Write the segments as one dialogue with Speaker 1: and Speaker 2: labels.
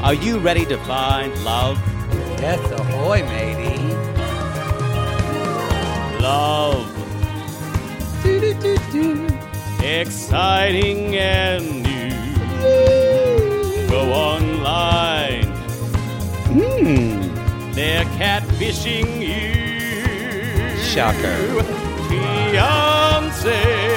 Speaker 1: Are you ready to find love?
Speaker 2: Death ahoy, matey.
Speaker 1: Love. Exciting and new. Go online.
Speaker 2: Hmm.
Speaker 1: They're catfishing you.
Speaker 2: Shocker.
Speaker 1: Fiance.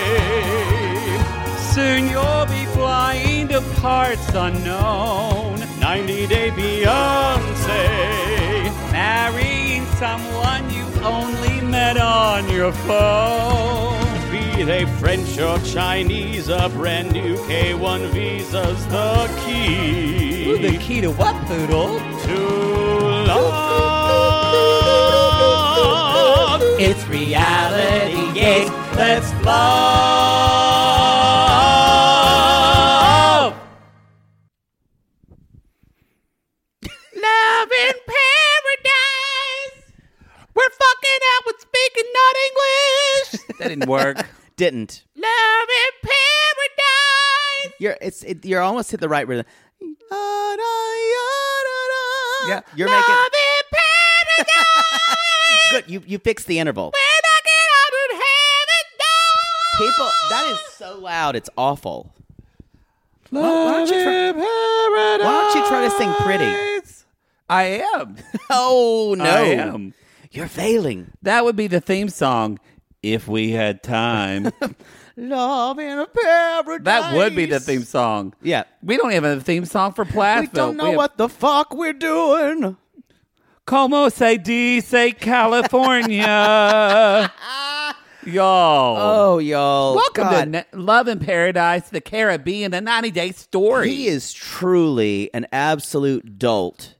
Speaker 2: Soon you'll be flying to parts unknown,
Speaker 1: 90 Day Beyonce.
Speaker 2: marrying someone you only met on your phone.
Speaker 1: Be they French or Chinese, a brand new K1 visa's the key.
Speaker 2: Ooh, the key to what, Poodle?
Speaker 1: to love.
Speaker 2: It's reality gates. Let's love. Love in paradise. We're fucking out with speaking not English.
Speaker 3: That didn't work. didn't.
Speaker 2: Love in paradise.
Speaker 3: You're it's it, you're almost hit the right rhythm.
Speaker 2: Da, da, da, da, da.
Speaker 3: Yeah, you're
Speaker 2: Love
Speaker 3: making-
Speaker 2: in paradise.
Speaker 3: Good. You you fixed the interval.
Speaker 2: when I get out in heaven,
Speaker 3: People, that
Speaker 2: down.
Speaker 3: is so loud. It's awful. why don't
Speaker 4: Love
Speaker 3: you try-
Speaker 4: in paradise.
Speaker 3: Why don't you try to sing pretty?
Speaker 4: I am.
Speaker 3: Oh no.
Speaker 4: I am.
Speaker 3: You're failing.
Speaker 4: That would be the theme song if we had time.
Speaker 3: Love in a paradise.
Speaker 4: that would be the theme song.
Speaker 3: Yeah.
Speaker 4: We don't even have a theme song for Plathville.
Speaker 3: We don't know
Speaker 4: have-
Speaker 3: what the fuck we're doing.
Speaker 4: Como se dice California. Y'all.
Speaker 3: Oh, y'all.
Speaker 4: Welcome
Speaker 3: God.
Speaker 4: to Ne- Love in Paradise, the Caribbean, the 90 Day Story.
Speaker 3: He is truly an absolute dolt.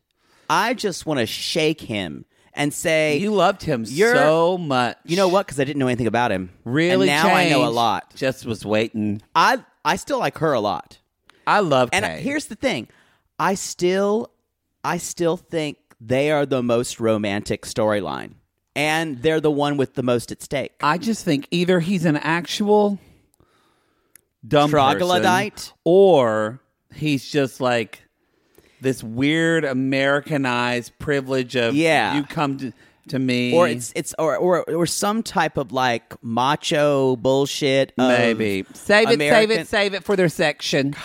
Speaker 3: I just want to shake him and say,
Speaker 4: You loved him
Speaker 3: You're-
Speaker 4: so much.
Speaker 3: You know what? Because I didn't know anything about him.
Speaker 4: Really
Speaker 3: And now I know a
Speaker 4: changed.
Speaker 3: lot.
Speaker 4: Just was waiting.
Speaker 3: I I still like her a lot.
Speaker 4: I love
Speaker 3: And
Speaker 4: Kay.
Speaker 3: here's the thing, I still I still think they are the most romantic storyline, and they're the one with the most at stake.
Speaker 4: I just think either he's an actual dumb person,
Speaker 3: Troglodyte?
Speaker 4: or he's just like this weird Americanized privilege of
Speaker 3: Yeah.
Speaker 4: you come to, to me,
Speaker 3: or it's it's or, or or some type of like macho bullshit. Of
Speaker 4: maybe save it, save
Speaker 3: um, American-
Speaker 4: it, save it for their section.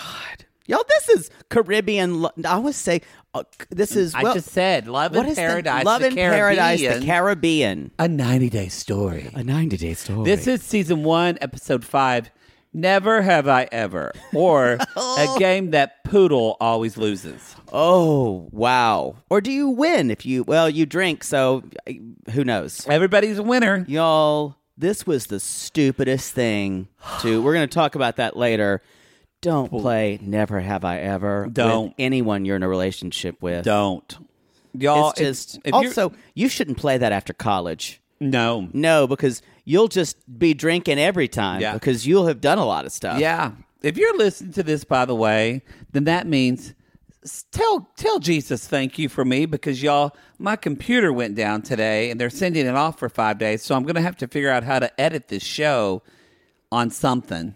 Speaker 3: Y'all, this is Caribbean. lo- I always say uh, c- this is.
Speaker 4: I
Speaker 3: well,
Speaker 4: just said, love
Speaker 3: what
Speaker 4: in
Speaker 3: is the-
Speaker 4: paradise,
Speaker 3: love
Speaker 4: the
Speaker 3: in paradise, the
Speaker 4: Caribbean.
Speaker 3: Caribbean.
Speaker 4: A ninety day story.
Speaker 3: A ninety day story.
Speaker 4: This is season one, episode five. Never have I ever, or a game that Poodle always loses.
Speaker 3: Oh wow! Or do you win if you? Well, you drink, so uh, who knows?
Speaker 4: Everybody's a winner.
Speaker 3: Y'all, this was the stupidest thing. To we're going to talk about that later. Don't play. Never have I ever. with
Speaker 4: Don't.
Speaker 3: anyone you're in a relationship with.
Speaker 4: Don't. Y'all,
Speaker 3: It's just
Speaker 4: if, if you're-
Speaker 3: also you shouldn't play that after college.
Speaker 4: no.
Speaker 3: No, because you'll just be drinking every time
Speaker 4: Yeah.
Speaker 3: because you'll have done a lot of stuff.
Speaker 4: Yeah. If you're listening to this, by the way, then that means s- tell tell Jesus thank you for me because y'all, my computer went down today and they're sending it off for five days, so I'm gonna have to figure out how to edit this show on something.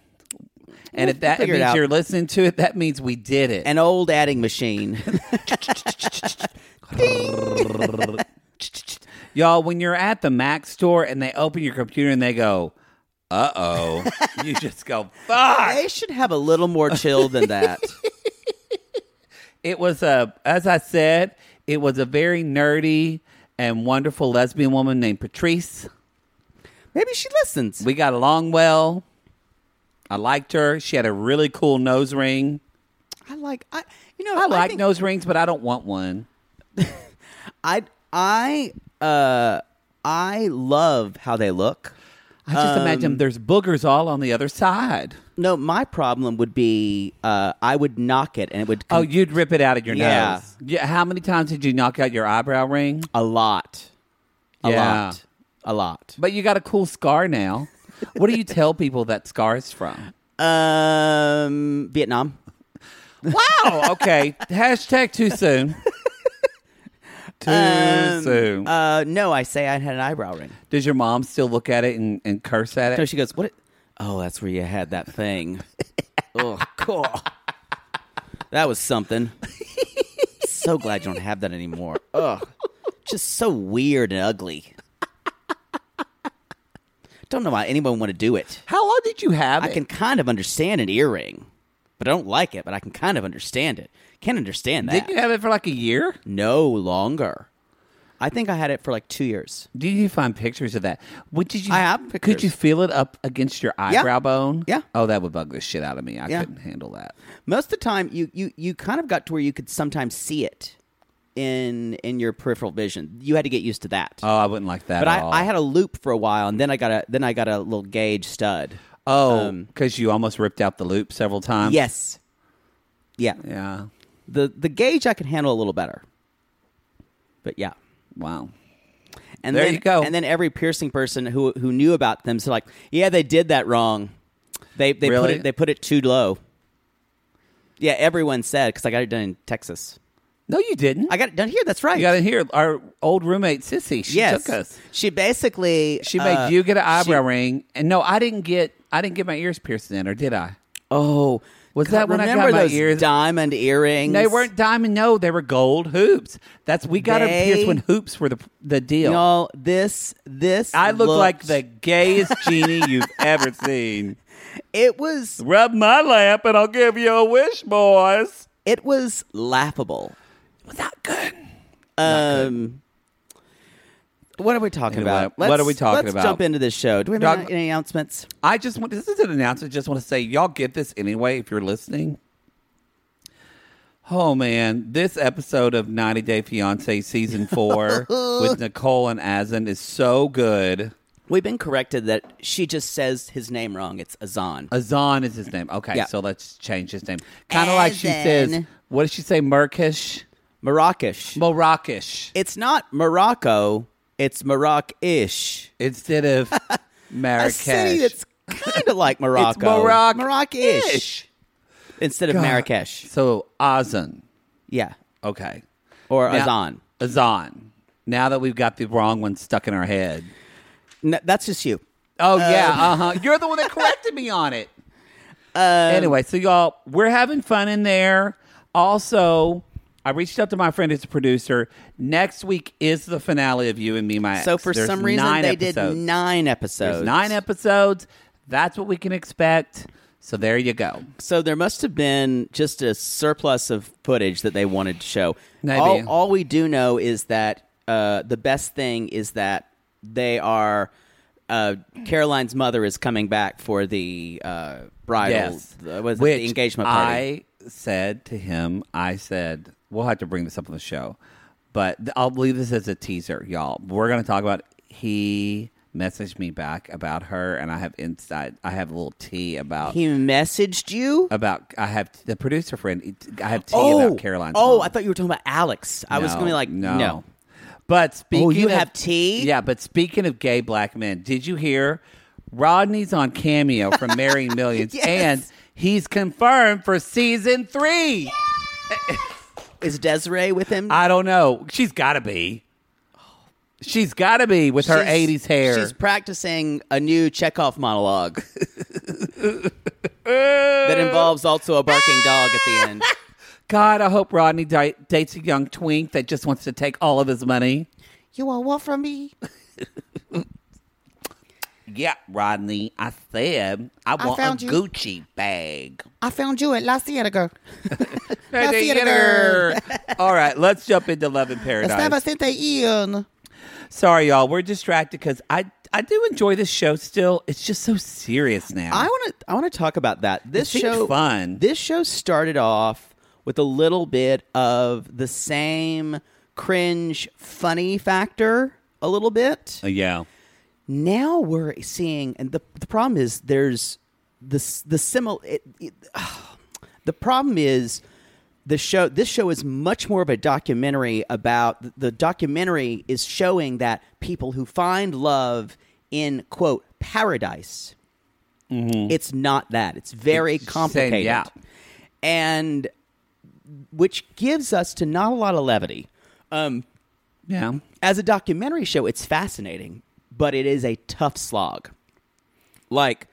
Speaker 4: And if that
Speaker 3: figure it
Speaker 4: means
Speaker 3: out.
Speaker 4: you're listening to it, that means we did it.
Speaker 3: An old adding machine.
Speaker 4: Y'all, when you're at the Mac store and they open your computer and they go, uh oh, you just go, fuck.
Speaker 3: They should have a little more chill than that.
Speaker 4: It was a, as I said, it was a very nerdy and wonderful lesbian woman named Patrice.
Speaker 3: Maybe she listens.
Speaker 4: We got along well. I liked her. She had a really cool nose ring.
Speaker 3: I like I you know
Speaker 4: I like
Speaker 3: think-
Speaker 4: nose rings, but I don't want one.
Speaker 3: I I uh I love how they look.
Speaker 4: I just imagine there's boogers all on the other side.
Speaker 3: No, my problem would be uh I would knock it and it would
Speaker 4: Oh,
Speaker 3: come
Speaker 4: you'd rip it out of your
Speaker 3: Yeah.
Speaker 4: nose. Yeah. How many times did you knock out your eyebrow ring?
Speaker 3: a lot. A
Speaker 4: Yeah.
Speaker 3: lot. A lot.
Speaker 4: But you got a cool scar now. what do you tell people that scar's from?
Speaker 3: Um Vietnam.
Speaker 4: Wow. Oh, Okay. Hashtag too soon. too soon.
Speaker 3: Uh no, I say I had an eyebrow ring.
Speaker 4: Does your mom still look at it and, and curse at it?
Speaker 3: No, she goes, "What? Oh, that's where you had that thing. oh, cool. That was something. so glad you don't have that anymore. Ugh, just so weird and ugly. Don't know why anyone would want to do it.
Speaker 4: How long did you have
Speaker 3: I
Speaker 4: it?
Speaker 3: can kind of understand an earring, but I don't like it. But I can kind of understand it. Can't understand that.
Speaker 4: Did you have it for like a year?
Speaker 3: no longer. I think I had it for like two years.
Speaker 4: Did you find pictures of that? What did you?
Speaker 3: I have
Speaker 4: Could
Speaker 3: pictures.
Speaker 4: you feel it up against your eyebrow bone?
Speaker 3: Yeah.
Speaker 4: Oh, that would bug the shit out of me. I
Speaker 3: Yeah.
Speaker 4: couldn't handle that.
Speaker 3: most of the time you, you you kind of got to where you could sometimes see it in in your peripheral vision you had to get used to that
Speaker 4: Oh, I wouldn't like that.
Speaker 3: but
Speaker 4: at
Speaker 3: I,
Speaker 4: all.
Speaker 3: I had a loop for a while and then i got a then i got a little gauge stud
Speaker 4: Oh, because you almost ripped out the loop several times.
Speaker 3: um, yes yeah
Speaker 4: Yeah.
Speaker 3: the the gauge i could handle a little better but yeah
Speaker 4: Wow.
Speaker 3: and
Speaker 4: There
Speaker 3: then,
Speaker 4: you go.
Speaker 3: and then every piercing person who who knew about them so like yeah they did that wrong they they put
Speaker 4: Really?
Speaker 3: it they put it too low yeah everyone said because i got it done in texas
Speaker 4: No, you didn't.
Speaker 3: i got it done here that's right
Speaker 4: you got to hear our old roommate Sissy. She
Speaker 3: yes.
Speaker 4: took us.
Speaker 3: She basically
Speaker 4: She made
Speaker 3: uh,
Speaker 4: you get an eyebrow ring, and no, I didn't get. I didn't get my ears pierced then, or did I?
Speaker 3: Oh,
Speaker 4: Was
Speaker 3: God,
Speaker 4: that when I got
Speaker 3: remember
Speaker 4: my
Speaker 3: those
Speaker 4: ears-
Speaker 3: diamond earrings?
Speaker 4: They weren't diamond. No, they were gold hoops. That's we got
Speaker 3: They-
Speaker 4: them pierced when hoops were the the deal.
Speaker 3: No, this this
Speaker 4: I look
Speaker 3: looked-
Speaker 4: like the gayest genie you've ever seen.
Speaker 3: It was
Speaker 4: Rub my lamp and I'll give you a wish, boys.
Speaker 3: it was laughable.
Speaker 4: Was that good?
Speaker 3: Um. What are we talking
Speaker 4: Anyway,
Speaker 3: about?
Speaker 4: what are we talking
Speaker 3: let's
Speaker 4: about?
Speaker 3: jump into this show. Do we have
Speaker 4: Dog-
Speaker 3: any, any announcements?
Speaker 4: I just want this is an announcement. Just want to say, y'all get this anyway if you're listening. Oh man, this episode of 90 Day Fiance season four with Nicole and Azan is so good.
Speaker 3: We've been corrected that she just says his name wrong. It's Azan.
Speaker 4: Azan is his name. Okay,
Speaker 3: Yeah.
Speaker 4: so let's change his name. Kind of like she says,
Speaker 3: Azan.
Speaker 4: what does she say? Murkish?
Speaker 3: Morockish.
Speaker 4: Morokish.
Speaker 3: it's not Morocco. It's Morocco-ish.
Speaker 4: Instead of
Speaker 3: a
Speaker 4: Marrakesh.
Speaker 3: city that's kind of like Morocco.
Speaker 4: Morocco-
Speaker 3: Morocco-ish.
Speaker 4: ish.
Speaker 3: Instead of Marrakesh.
Speaker 4: So Azan.
Speaker 3: Yeah.
Speaker 4: Okay.
Speaker 3: Or
Speaker 4: Now-
Speaker 3: Azan.
Speaker 4: Azan. Now that we've got the wrong one stuck in our head.
Speaker 3: No, that's just you.
Speaker 4: Oh yeah, uh huh. You're the one that corrected me on it.
Speaker 3: Um,
Speaker 4: anyway, so y'all, we're having fun in there. Also, I reached out to my friend who's a producer. Next week is the finale of You and Me, my
Speaker 3: So
Speaker 4: Ex.
Speaker 3: for
Speaker 4: There's
Speaker 3: some reason,
Speaker 4: nine
Speaker 3: they
Speaker 4: episodes.
Speaker 3: did nine episodes.
Speaker 4: There's nine episodes. That's what we can expect. So there you go.
Speaker 3: So there must have been just a surplus of footage that they wanted to show.
Speaker 4: Maybe.
Speaker 3: All, all we do know is that uh, the best thing is that they are. Uh, Caroline's mother is coming back for the uh, bridal,
Speaker 4: Yes.
Speaker 3: uh, was it
Speaker 4: Which
Speaker 3: the engagement party.
Speaker 4: I said to him, I said, we'll have to bring this up on the show, but th- I'll leave this as a teaser, y'all. We're going to talk about he messaged me back about her and I have inside I have a little tea about
Speaker 3: he messaged you.
Speaker 4: about I have the producer friend I have tea about Caroline's
Speaker 3: Oh,
Speaker 4: mom.
Speaker 3: I thought you were talking about Alex. I was
Speaker 4: No,
Speaker 3: going to be like, no.
Speaker 4: But speaking,
Speaker 3: you
Speaker 4: of-
Speaker 3: have tea?
Speaker 4: Yeah, but speaking of gay black men, did you hear Rodney's on cameo from Marrying Millions,
Speaker 3: Yes.
Speaker 4: and he's confirmed for season three.
Speaker 3: Is Desiree with him?
Speaker 4: I don't know. She's got to be. She's got to be with her
Speaker 3: She's-
Speaker 4: '80s hair.
Speaker 3: She's practicing a new Chekhov monologue that involves also a barking dog at the end.
Speaker 4: God, I hope Rodney di- dates a young twink that just wants to take all of his money.
Speaker 3: You want what from me?
Speaker 4: Yeah, Rodney, I said I want
Speaker 2: found
Speaker 4: a
Speaker 2: you.
Speaker 4: Gucci bag.
Speaker 2: I found you at La Cienega. La
Speaker 4: Alligator. All right, let's jump into Love in
Speaker 2: Estaba
Speaker 4: Paradise.
Speaker 2: sentada in.
Speaker 4: Sorry, y'all, we're distracted because I I do enjoy this show still. It's just so serious now.
Speaker 3: I want to I want to talk about that. This
Speaker 4: seems
Speaker 3: show
Speaker 4: fun.
Speaker 3: This show started off with a little bit of the same cringe funny factor a little bit.
Speaker 4: Uh, yeah,
Speaker 3: Now we're seeing and the the problem is there's this the simil it, it, the problem is the show this show is much more of a documentary about the documentary is showing that people who find love in quote paradise it's not that it's very
Speaker 4: Mm-hmm. It's saying,
Speaker 3: complicated
Speaker 4: yeah.
Speaker 3: and which gives us to not a lot of levity um,
Speaker 4: yeah.
Speaker 3: as a documentary show, it's fascinating, but it is a tough slog. Like,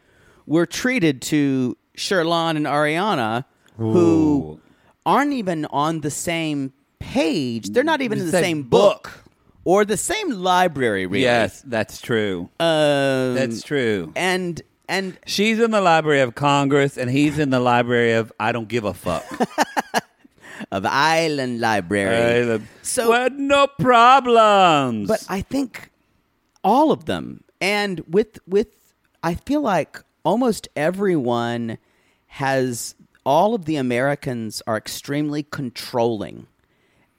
Speaker 3: we're treated to Sherlon and Ariana, who aren't even on the same page. They're not even in the same, book. or the same library, really.
Speaker 4: Yes, that's true.
Speaker 3: Um,
Speaker 4: that's true.
Speaker 3: And, and
Speaker 4: She's in the Library of Congress, and he's in the Library of I don't give a fuck.
Speaker 3: of Island Library.
Speaker 4: Right?
Speaker 3: So-
Speaker 4: Well, no problems.
Speaker 3: But I think all of them, and with with, I feel like almost everyone has all of the Americans are extremely controlling,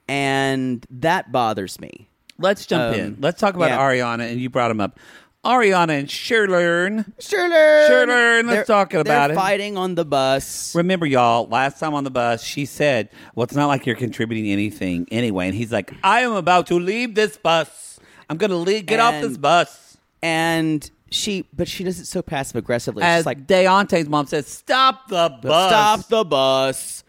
Speaker 3: and that bothers me.
Speaker 4: Let's jump
Speaker 3: Um,
Speaker 4: in. Let's talk about
Speaker 3: yeah.
Speaker 4: Ariana, and you brought him up. Ariana and Sherlern.
Speaker 3: Sure,
Speaker 4: Sure, let's talk about
Speaker 3: they're
Speaker 4: it.
Speaker 3: Fighting on the bus.
Speaker 4: Remember, y'all, last time on the bus, she said, Well, it's not like you're contributing anything anyway. And he's like, I am about to leave this bus. I'm going to leave, get off this
Speaker 3: And-
Speaker 4: bus.
Speaker 3: and she, but she does it so passive aggressively.
Speaker 4: As
Speaker 3: She's like,
Speaker 4: Deontay's mom says, Stop the bus.
Speaker 3: Stop the bus.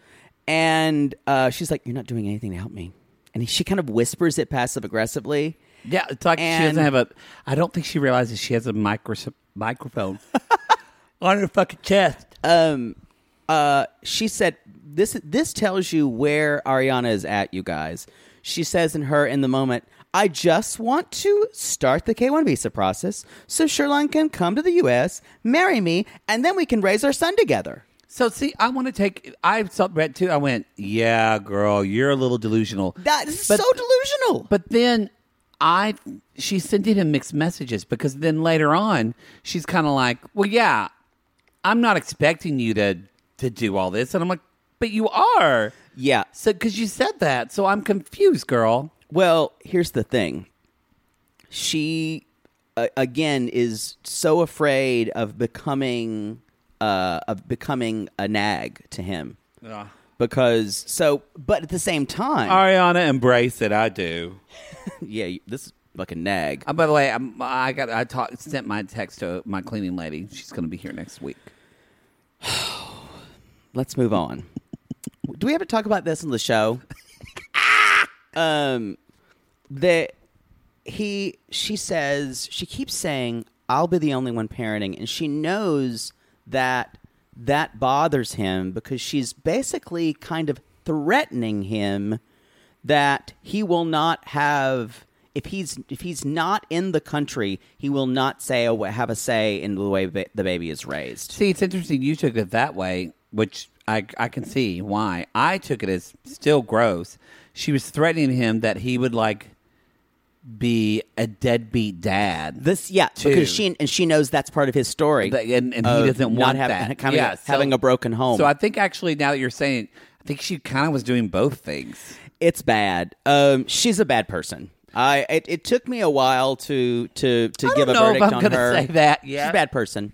Speaker 3: And uh, she's like, You're not doing anything to help me. And he, she kind of whispers it passive aggressively.
Speaker 4: Yeah, it's like she
Speaker 3: And-
Speaker 4: doesn't have a. I don't think she realizes she has a micro, microphone on her fucking chest.
Speaker 3: Um, uh, she said, "This this tells you where Ariana is at, you guys." She says in her in the moment, "I just want to start the K one visa process so Sri Lanka can come to the U.S., marry me, and then we can raise our son together."
Speaker 4: So see, I want to take. I saw Brett too. I went, yeah, girl, you're a little delusional.
Speaker 3: That's
Speaker 4: But-
Speaker 3: so delusional.
Speaker 4: But then I, she's sending him mixed messages because then later on she's kind of like, well, yeah, I'm not expecting you to to do all this, and I'm like, but you are.
Speaker 3: yeah,
Speaker 4: So because you said that, so I'm confused, girl.
Speaker 3: Well, here's the thing. She uh, again is so afraid of becoming uh, of becoming a nag to him because so. But at the same time,
Speaker 4: Ariana, embrace it. I do.
Speaker 3: yeah, you- this is like a nag.
Speaker 4: Uh, by the way, I'm, I got I talk, sent my text to my cleaning lady. She's going to be here next week.
Speaker 3: Let's move on. Do we have to talk about this on the show? um, that he she says she keeps saying I'll be the only one parenting, and she knows that that bothers him because she's basically kind of threatening him that he will not have if he's if he's not in the country he will not say a, have a say in the way ba- the baby is raised.
Speaker 4: See, it's interesting you took it that way, which I I can see why. I took it as still gross. She was threatening him that he would like be a deadbeat dad.
Speaker 3: This, yeah,
Speaker 4: too.
Speaker 3: because she and she knows that's part of his story,
Speaker 4: That- and, and
Speaker 3: of
Speaker 4: he doesn't
Speaker 3: not
Speaker 4: want
Speaker 3: having,
Speaker 4: that.
Speaker 3: Having,
Speaker 4: Yeah, so-
Speaker 3: having a broken home.
Speaker 4: So I think actually now that you're saying, it, I think she kind of was doing both things.
Speaker 3: it's bad. Um, she's a bad person. I it, it took me a while to to to
Speaker 4: I
Speaker 3: give
Speaker 4: don't
Speaker 3: a
Speaker 4: know if
Speaker 3: verdict
Speaker 4: I'm
Speaker 3: on
Speaker 4: gonna
Speaker 3: her.
Speaker 4: say that
Speaker 3: she's
Speaker 4: yet.
Speaker 3: a bad person.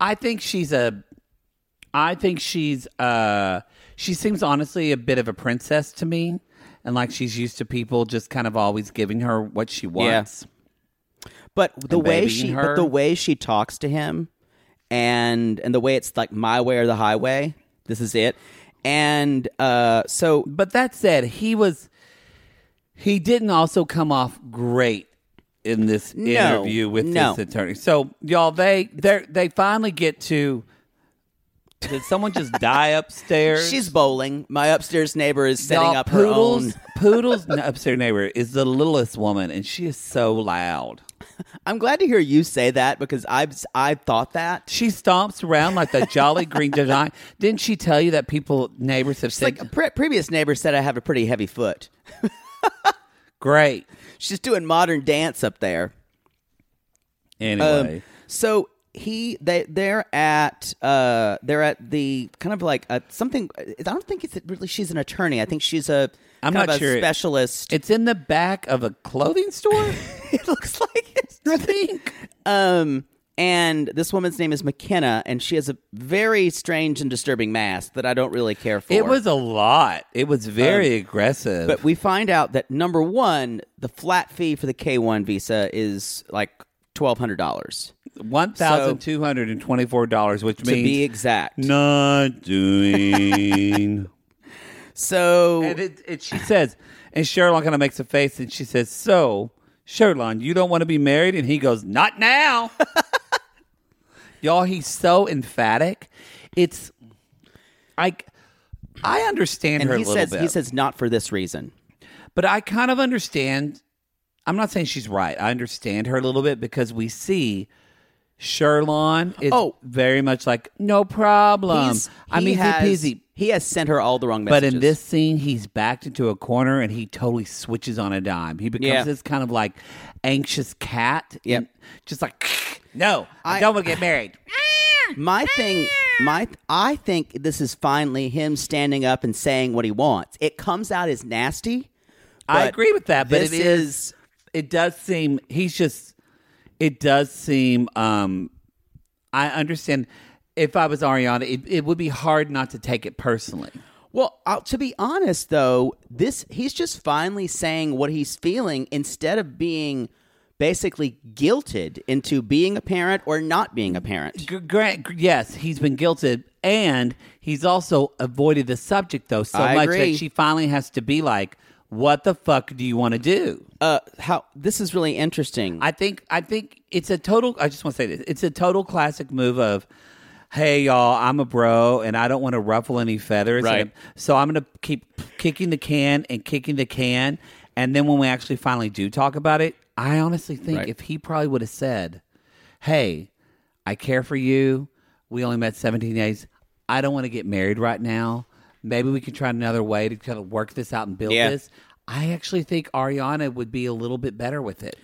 Speaker 4: I think she's a. I think she's. uh She seems honestly a bit of a princess to me, and like she's used to people just kind of always giving her what she wants.
Speaker 3: But the
Speaker 4: And
Speaker 3: way
Speaker 4: babying
Speaker 3: she
Speaker 4: her.
Speaker 3: but the way she talks to him, and and the way it's like my way or the highway. This is it. And uh, so
Speaker 4: But that said, he was. He didn't also come off great in this
Speaker 3: No,
Speaker 4: interview with
Speaker 3: no.
Speaker 4: this attorney. So y'all, they they they finally get to. Did someone just die upstairs?
Speaker 3: she's bowling. My upstairs neighbor is setting
Speaker 4: Y'all,
Speaker 3: up her
Speaker 4: Poodles,
Speaker 3: own.
Speaker 4: Poodles' n- upstairs neighbor is the littlest woman, and she is so loud.
Speaker 3: I'm glad to hear you say that because I've I thought that.
Speaker 4: She stomps around like the jolly green giant. Didn't she tell you that people, neighbors have
Speaker 3: It's like
Speaker 4: said,
Speaker 3: a pre- previous neighbor said I have a pretty heavy foot.
Speaker 4: great.
Speaker 3: She's doing modern dance up there.
Speaker 4: Anyway.
Speaker 3: Um, So he they they're at uh they're at the kind of like a, something. I don't think it's really she's an attorney. I think she's a
Speaker 4: I'm
Speaker 3: kind
Speaker 4: not
Speaker 3: of a
Speaker 4: sure.
Speaker 3: specialist.
Speaker 4: it's in the back of a clothing store,
Speaker 3: it looks like it's
Speaker 4: I think.
Speaker 3: Um, and this woman's name is McKenna, and she has a very strange and disturbing mask that I don't really care for. Um,
Speaker 4: It was a lot. It was very aggressive.
Speaker 3: but we find out that number one, the flat fee for the K one visa is like twelve hundred dollars
Speaker 4: One thousand two hundred and twenty-four dollars, which
Speaker 3: to
Speaker 4: means
Speaker 3: be exact.
Speaker 4: not doing.
Speaker 3: So
Speaker 4: and it, it, she says, and Sherlon kind of makes a face, and she says, "So, Sherlon, you don't want to be married?" And he goes, "Not now." Y'all, he's so emphatic. It's like I understand
Speaker 3: and
Speaker 4: her
Speaker 3: he
Speaker 4: a little
Speaker 3: says
Speaker 4: bit.
Speaker 3: he says not for this reason.
Speaker 4: But I kind of understand. I'm not saying she's right. I understand her a little bit because we see Sherlon is
Speaker 3: Oh.
Speaker 4: very much like, no problem.
Speaker 3: He's-
Speaker 4: I'm
Speaker 3: he
Speaker 4: easy
Speaker 3: has-
Speaker 4: peasy.
Speaker 3: He has sent her all the wrong
Speaker 4: But
Speaker 3: messages.
Speaker 4: in this scene, he's backed into a corner and he totally switches on a dime. He becomes
Speaker 3: Yeah.
Speaker 4: this kind of like anxious cat.
Speaker 3: Yep.
Speaker 4: and Just like, no, I,
Speaker 3: I-
Speaker 4: don't want to get married.
Speaker 3: My thing, my I think this is finally him standing up and saying what he wants. It comes out as nasty.
Speaker 4: I
Speaker 3: but
Speaker 4: agree with that, but
Speaker 3: this
Speaker 4: it is, it does seem he's just it does seem um I understand if I was Ariana, it, it would be hard not to take it personally.
Speaker 3: Well, uh, to be honest though, this he's just finally saying what he's feeling instead of being basically guilted into being a parent or not being a parent.
Speaker 4: G- Grant, g- yes, he's been guilted, and he's also avoided the subject though so
Speaker 3: I
Speaker 4: much
Speaker 3: agree.
Speaker 4: that she finally has to be like, "What the fuck do you want to do?"
Speaker 3: Uh, how this is really interesting.
Speaker 4: I think I think it's a total. I just want to say this. It's a total classic move of, hey y'all, I'm a bro and I don't want to ruffle any feathers.
Speaker 3: Right.
Speaker 4: and- so I'm gonna keep kicking the can and kicking the can, and then when we actually finally do talk about it, I honestly think
Speaker 3: Right.
Speaker 4: if he probably would have said, hey, I care for you. We only met 17 days. I don't want to get married right now. Maybe we can try another way to kind of work this out and build
Speaker 3: Yeah.
Speaker 4: this. I actually think Ariana would be a little bit better with it.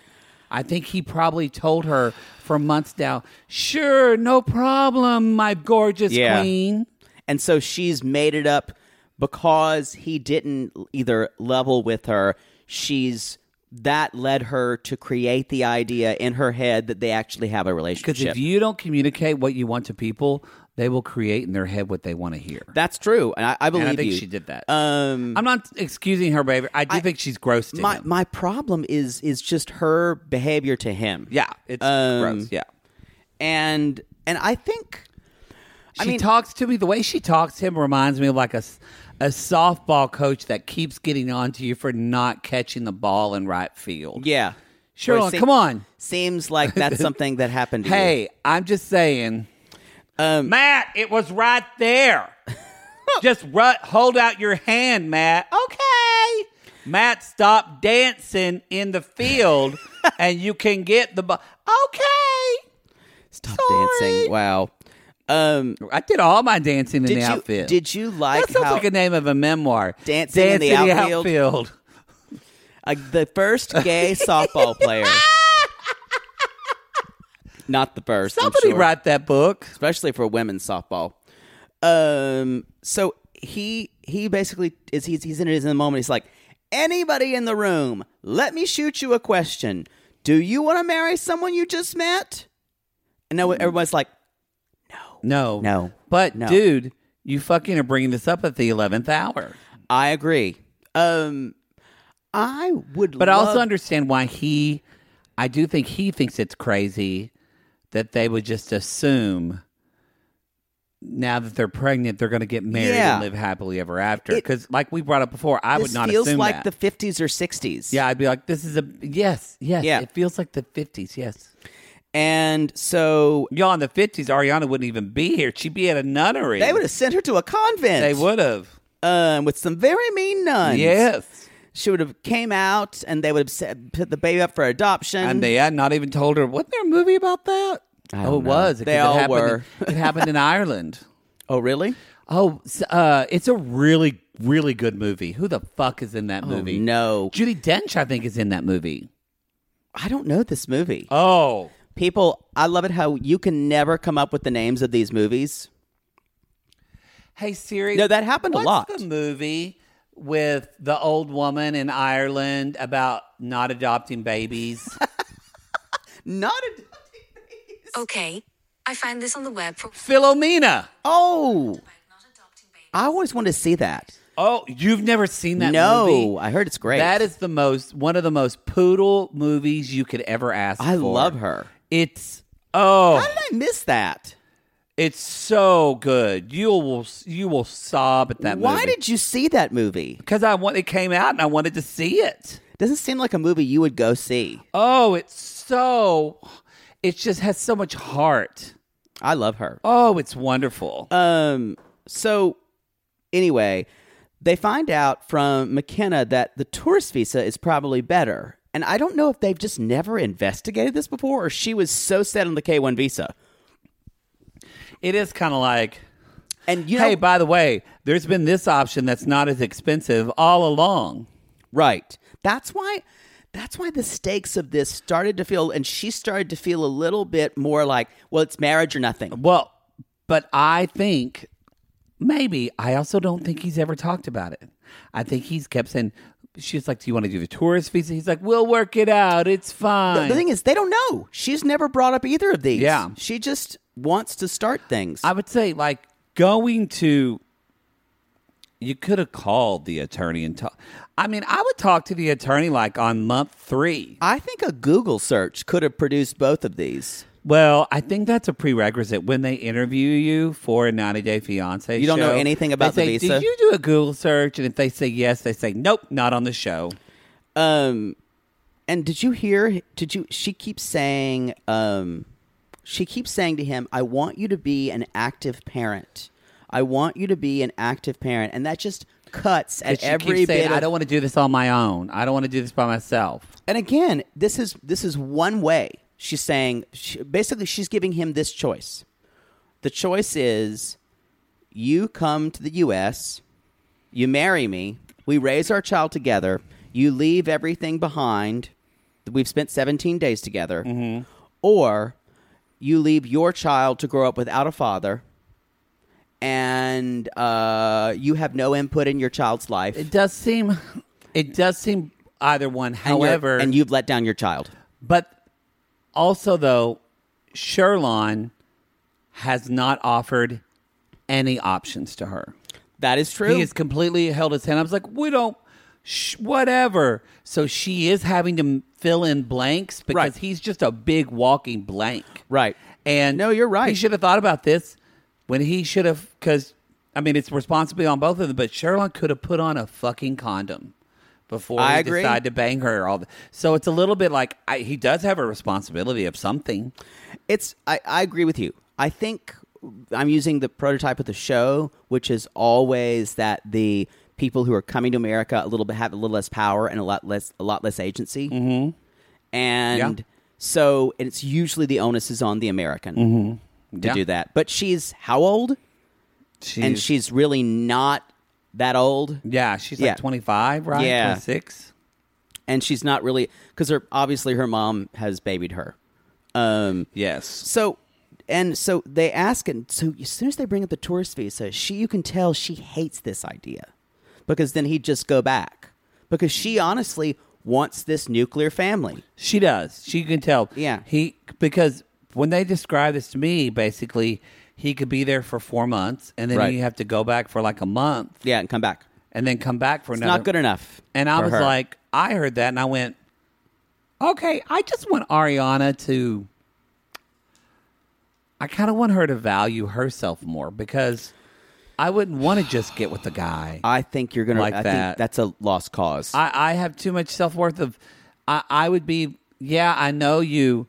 Speaker 4: I think he probably told her for months now, sure, no problem, my gorgeous
Speaker 3: Yeah.
Speaker 4: queen.
Speaker 3: And so she's made it up because he didn't either level with her. She's that led her to create the idea in her head that they actually have a
Speaker 4: Because
Speaker 3: relationship.
Speaker 4: if you don't communicate what you want to people, they will create in their head what they want to hear.
Speaker 3: That's true, and I, I believe
Speaker 4: and I think
Speaker 3: you.
Speaker 4: she did that.
Speaker 3: Um,
Speaker 4: I'm not excusing her behavior. I do
Speaker 3: I-
Speaker 4: think she's gross to
Speaker 3: my
Speaker 4: him.
Speaker 3: my problem is is just her behavior to him.
Speaker 4: yeah, it's
Speaker 3: Um,
Speaker 4: gross. Yeah.
Speaker 3: and and I think
Speaker 4: She
Speaker 3: mean-
Speaker 4: talks to me. The way she talks to him reminds me of like a, s- a softball coach that keeps getting on to you for not catching the ball in right field.
Speaker 3: yeah,
Speaker 4: Sure,
Speaker 3: Or
Speaker 4: come on.
Speaker 3: Seems like that's something that happened. To you.
Speaker 4: Hey, I'm just saying,
Speaker 3: um,
Speaker 4: Matt, it was right there. just ru- hold out your hand, Matt. Okay. Matt, stop dancing in the field, and you can get the ball. Okay.
Speaker 3: stop dancing! Wow. Um,
Speaker 4: I did all my dancing in
Speaker 3: Did
Speaker 4: the
Speaker 3: you-
Speaker 4: outfit.
Speaker 3: did you like
Speaker 4: that? Sounds
Speaker 3: how-
Speaker 4: like a name of a memoir.
Speaker 3: Dancing in the Outfield?
Speaker 4: outfield.
Speaker 3: Uh, the first gay softball player. Not the first. I'm
Speaker 4: Somebody
Speaker 3: sure.
Speaker 4: write that book.
Speaker 3: especially for women's softball. Um, so he he basically is he's he's in it in the moment. He's like, anybody in the room, let me shoot you a question. Do you want to marry someone you just met? And
Speaker 4: Hmm.
Speaker 3: now everyone's like,
Speaker 4: No,
Speaker 3: No.
Speaker 4: But
Speaker 3: No.
Speaker 4: dude, you fucking are bringing this up at the eleventh hour.
Speaker 3: I agree. Um, I would,
Speaker 4: But I
Speaker 3: love-
Speaker 4: also understand why he. I do think he thinks it's crazy that they would just assume now that they're pregnant they're going to get married
Speaker 3: Yeah.
Speaker 4: and live happily ever after.
Speaker 3: It-
Speaker 4: Because like we brought up before, I
Speaker 3: this
Speaker 4: would not
Speaker 3: feels
Speaker 4: assume
Speaker 3: like
Speaker 4: that.
Speaker 3: the fifties or sixties.
Speaker 4: yeah, I'd be like, this is a yes, yes.
Speaker 3: Yeah.
Speaker 4: It feels like the fifties. Yes.
Speaker 3: and so
Speaker 4: Y'all in the fifties, Ariana wouldn't even be here. She'd be at a nunnery.
Speaker 3: they would have sent her to a convent.
Speaker 4: They would have.
Speaker 3: um, with some very mean nuns.
Speaker 4: Yes.
Speaker 3: She would have came out, and they would have set, put the baby up for adoption.
Speaker 4: And they had not even told her. Wasn't there a movie about that?
Speaker 3: don't
Speaker 4: Oh, it
Speaker 3: know.
Speaker 4: was.
Speaker 3: They
Speaker 4: because it
Speaker 3: all
Speaker 4: happened in-
Speaker 3: were.
Speaker 4: it happened in Ireland.
Speaker 3: oh, really?
Speaker 4: Oh, s- uh, it's a really, really good movie. Who the fuck is in that movie?
Speaker 3: Oh, no.
Speaker 4: Judy Dench, I think, is in that movie.
Speaker 3: I don't know this movie.
Speaker 4: Oh,
Speaker 3: People, I love it how you can never come up with the names of these movies.
Speaker 4: hey Siri.
Speaker 3: No, that happened a
Speaker 4: what's
Speaker 3: lot.
Speaker 4: The movie with the old woman in Ireland about not adopting babies.
Speaker 3: Not adopting babies.
Speaker 5: Okay. I found this on the web for
Speaker 4: Philomena.
Speaker 3: Oh, I always wanted to see that.
Speaker 4: Oh, you've never seen that?
Speaker 3: no,
Speaker 4: movie?
Speaker 3: I heard it's great.
Speaker 4: That is the most one of the most poodle movies you could ever ask.
Speaker 3: I
Speaker 4: for.
Speaker 3: love her.
Speaker 4: It's oh,
Speaker 3: How did I miss that?
Speaker 4: it's so good. You will you will sob at that.
Speaker 3: Why
Speaker 4: movie.
Speaker 3: did you see that movie?
Speaker 4: Because I want it came out and I wanted to see it.
Speaker 3: Doesn't seem like a movie you would go see.
Speaker 4: Oh, it's so. It just has so much heart.
Speaker 3: I love her.
Speaker 4: Oh, it's wonderful.
Speaker 3: Um. So, anyway, they find out from McKenna that the tourist visa is probably better, and I don't know if they've just never investigated this before, or she was so set on the K one visa.
Speaker 4: it is kind of like,
Speaker 3: And you know,
Speaker 4: hey, by the way, there's been this option that's not as expensive all along.
Speaker 3: Right. That's why that's why the stakes of this started to feel and she started to feel a little bit more like, well, it's marriage or nothing.
Speaker 4: Well, but I think maybe I also don't think he's ever talked about it. I think he's kept saying. She's like, "Do you want to do the tourist visa?" He's like, "We'll work it out. It's fine."
Speaker 3: The thing is, they don't know. She's never brought up either of these.
Speaker 4: Yeah.
Speaker 3: She just wants to start things.
Speaker 4: I would say like going to you could have called the attorney and talk I mean, I would talk to the attorney like on month 3.
Speaker 3: I think a Google search could have produced both of these.
Speaker 4: Well, I think that's a prerequisite when they interview you for a 90 Day Fiance.
Speaker 3: You don't know
Speaker 4: show,
Speaker 3: anything about
Speaker 4: they
Speaker 3: the
Speaker 4: say,
Speaker 3: visa?"
Speaker 4: Did you do a Google search? And if they say yes, they say nope, not on the show.
Speaker 3: Um and did you hear did you she keeps saying um she keeps saying to him, I want you to be an active parent. I want you to be an active parent. And that just cuts at
Speaker 4: But she
Speaker 3: every
Speaker 4: keeps saying,
Speaker 3: bit of
Speaker 4: I don't want to do this on my own. I don't want to do this by myself.
Speaker 3: And again, this is this is one way. She's saying she, basically she's giving him this choice. The choice is you come to the US, you marry me, we raise our child together, you leave everything behind. We've spent 17 days together.
Speaker 4: Mm-hmm.
Speaker 3: Or you leave your child to grow up without a father and uh, you have no input in your child's life.
Speaker 4: It does seem it does seem either one.
Speaker 3: And you're-
Speaker 4: However,
Speaker 3: and you've let down your child.
Speaker 4: But also, though, Sherlon has not offered any options to her.
Speaker 3: That is true.
Speaker 4: He has completely held his hand. I was like, we don't, sh- whatever. So she is having to m- fill in blanks because
Speaker 3: Right.
Speaker 4: he's just a big walking blank.
Speaker 3: Right.
Speaker 4: And
Speaker 3: No, you're right.
Speaker 4: He should have thought about this when he should have, because I mean, it's responsibility on both of them. But Sherlon could have put on a fucking condom before
Speaker 3: I
Speaker 4: he
Speaker 3: agree.
Speaker 4: decided to bang her. Or all the, so it's a little bit like I, he does have a responsibility of something.
Speaker 3: It's I, I agree with you. I think I'm using the prototype of the show, which is always that the people who are coming to America a little bit have a little less power and a lot less a lot less agency. Mm-hmm. And
Speaker 4: Yeah.
Speaker 3: so it's usually the onus is on the American to
Speaker 4: Mm-hmm. Yeah.
Speaker 3: do that. But she's how old? and she's really not that old.
Speaker 4: yeah, she's
Speaker 3: Yeah.
Speaker 4: like twenty five, right?
Speaker 3: Yeah.
Speaker 4: twenty six.
Speaker 3: And she's not really because her obviously her mom has babied her. Um,
Speaker 4: Yes.
Speaker 3: So, and so they ask, and so as soon as they bring up the tourist visa, she you can tell she hates this idea because then he'd just go back because she honestly wants this nuclear family.
Speaker 4: She does. She can tell.
Speaker 3: Yeah.
Speaker 4: He because when they describe this to me, basically he could be there for four months and then
Speaker 3: Right.
Speaker 4: you have to go back for like a month
Speaker 3: Yeah, and come back.
Speaker 4: and then come back for
Speaker 3: It's
Speaker 4: another
Speaker 3: not good enough.
Speaker 4: And I
Speaker 3: for
Speaker 4: was
Speaker 3: her.
Speaker 4: like, I heard that and I went, okay, I just want Ariana to, I kind of want her to value herself more because I wouldn't want to just get with the guy.
Speaker 3: I think you're gonna
Speaker 4: Like
Speaker 3: I Think
Speaker 4: that.
Speaker 3: that's a lost cause.
Speaker 4: I, I have too much self worth of, I, I would be, yeah, I know you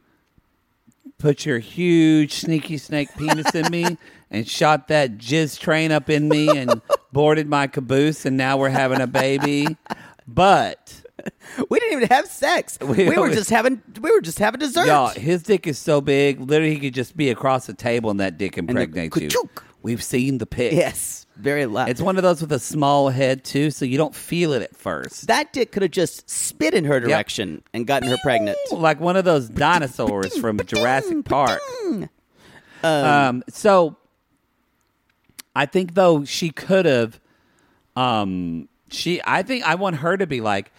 Speaker 4: put your huge sneaky snake penis in me and shot that jizz train up in me and boarded my caboose and now we're having a baby. But
Speaker 3: We didn't even have sex. We, were
Speaker 4: we-
Speaker 3: just having we were just having dessert.
Speaker 4: y'all, his dick is so big, literally he could just be across the table and that dick impregnates you.
Speaker 3: ka-chook.
Speaker 4: We've seen the pic.
Speaker 3: yes, very loud.
Speaker 4: It's one of those with a small head too, so you don't feel it at first.
Speaker 3: that dick could have just spit in her direction and gotten her pregnant.
Speaker 4: like one of those dinosaurs from Jurassic Park. Um, so I think though she could have um she I think I want her to be like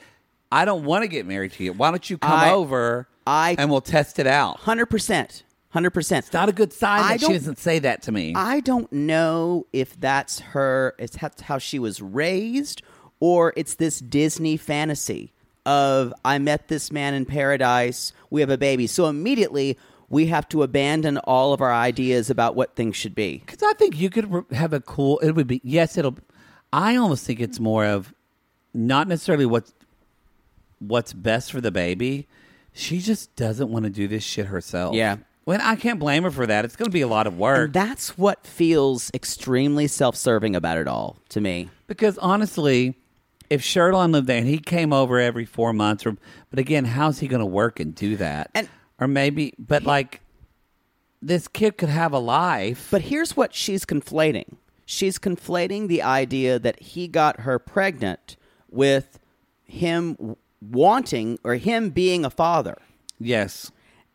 Speaker 4: I don't want to get married to you. Why don't you come
Speaker 3: I-
Speaker 4: over
Speaker 3: I-
Speaker 4: and we'll test it out.
Speaker 3: Hundred percent, hundred percent.
Speaker 4: It's not a good sign
Speaker 3: I
Speaker 4: that she
Speaker 3: don't-
Speaker 4: doesn't say that to me.
Speaker 3: I don't know if that's her. It's ho- how she was raised, or it's this Disney fantasy of I met this man in paradise. We have a baby, so immediately we have to abandon all of our ideas about what things should be.
Speaker 4: Because I think you could re- have a cool. It would be yes. It'll. I almost think it's more of not necessarily what's what's best for the baby. She just doesn't want to do this shit herself.
Speaker 3: Yeah.
Speaker 4: When I can't blame her for that. It's going to be a lot of work.
Speaker 3: And that's what feels extremely self-serving about it all to me.
Speaker 4: because honestly, if Sherlon lived there and he came over every four months, or but again, how's he going to work and do that?
Speaker 3: And-
Speaker 4: or maybe, but like this kid could have a life.
Speaker 3: But here's what she's conflating. She's conflating the idea that he got her pregnant with him w- wanting or him being a father.
Speaker 4: Yes.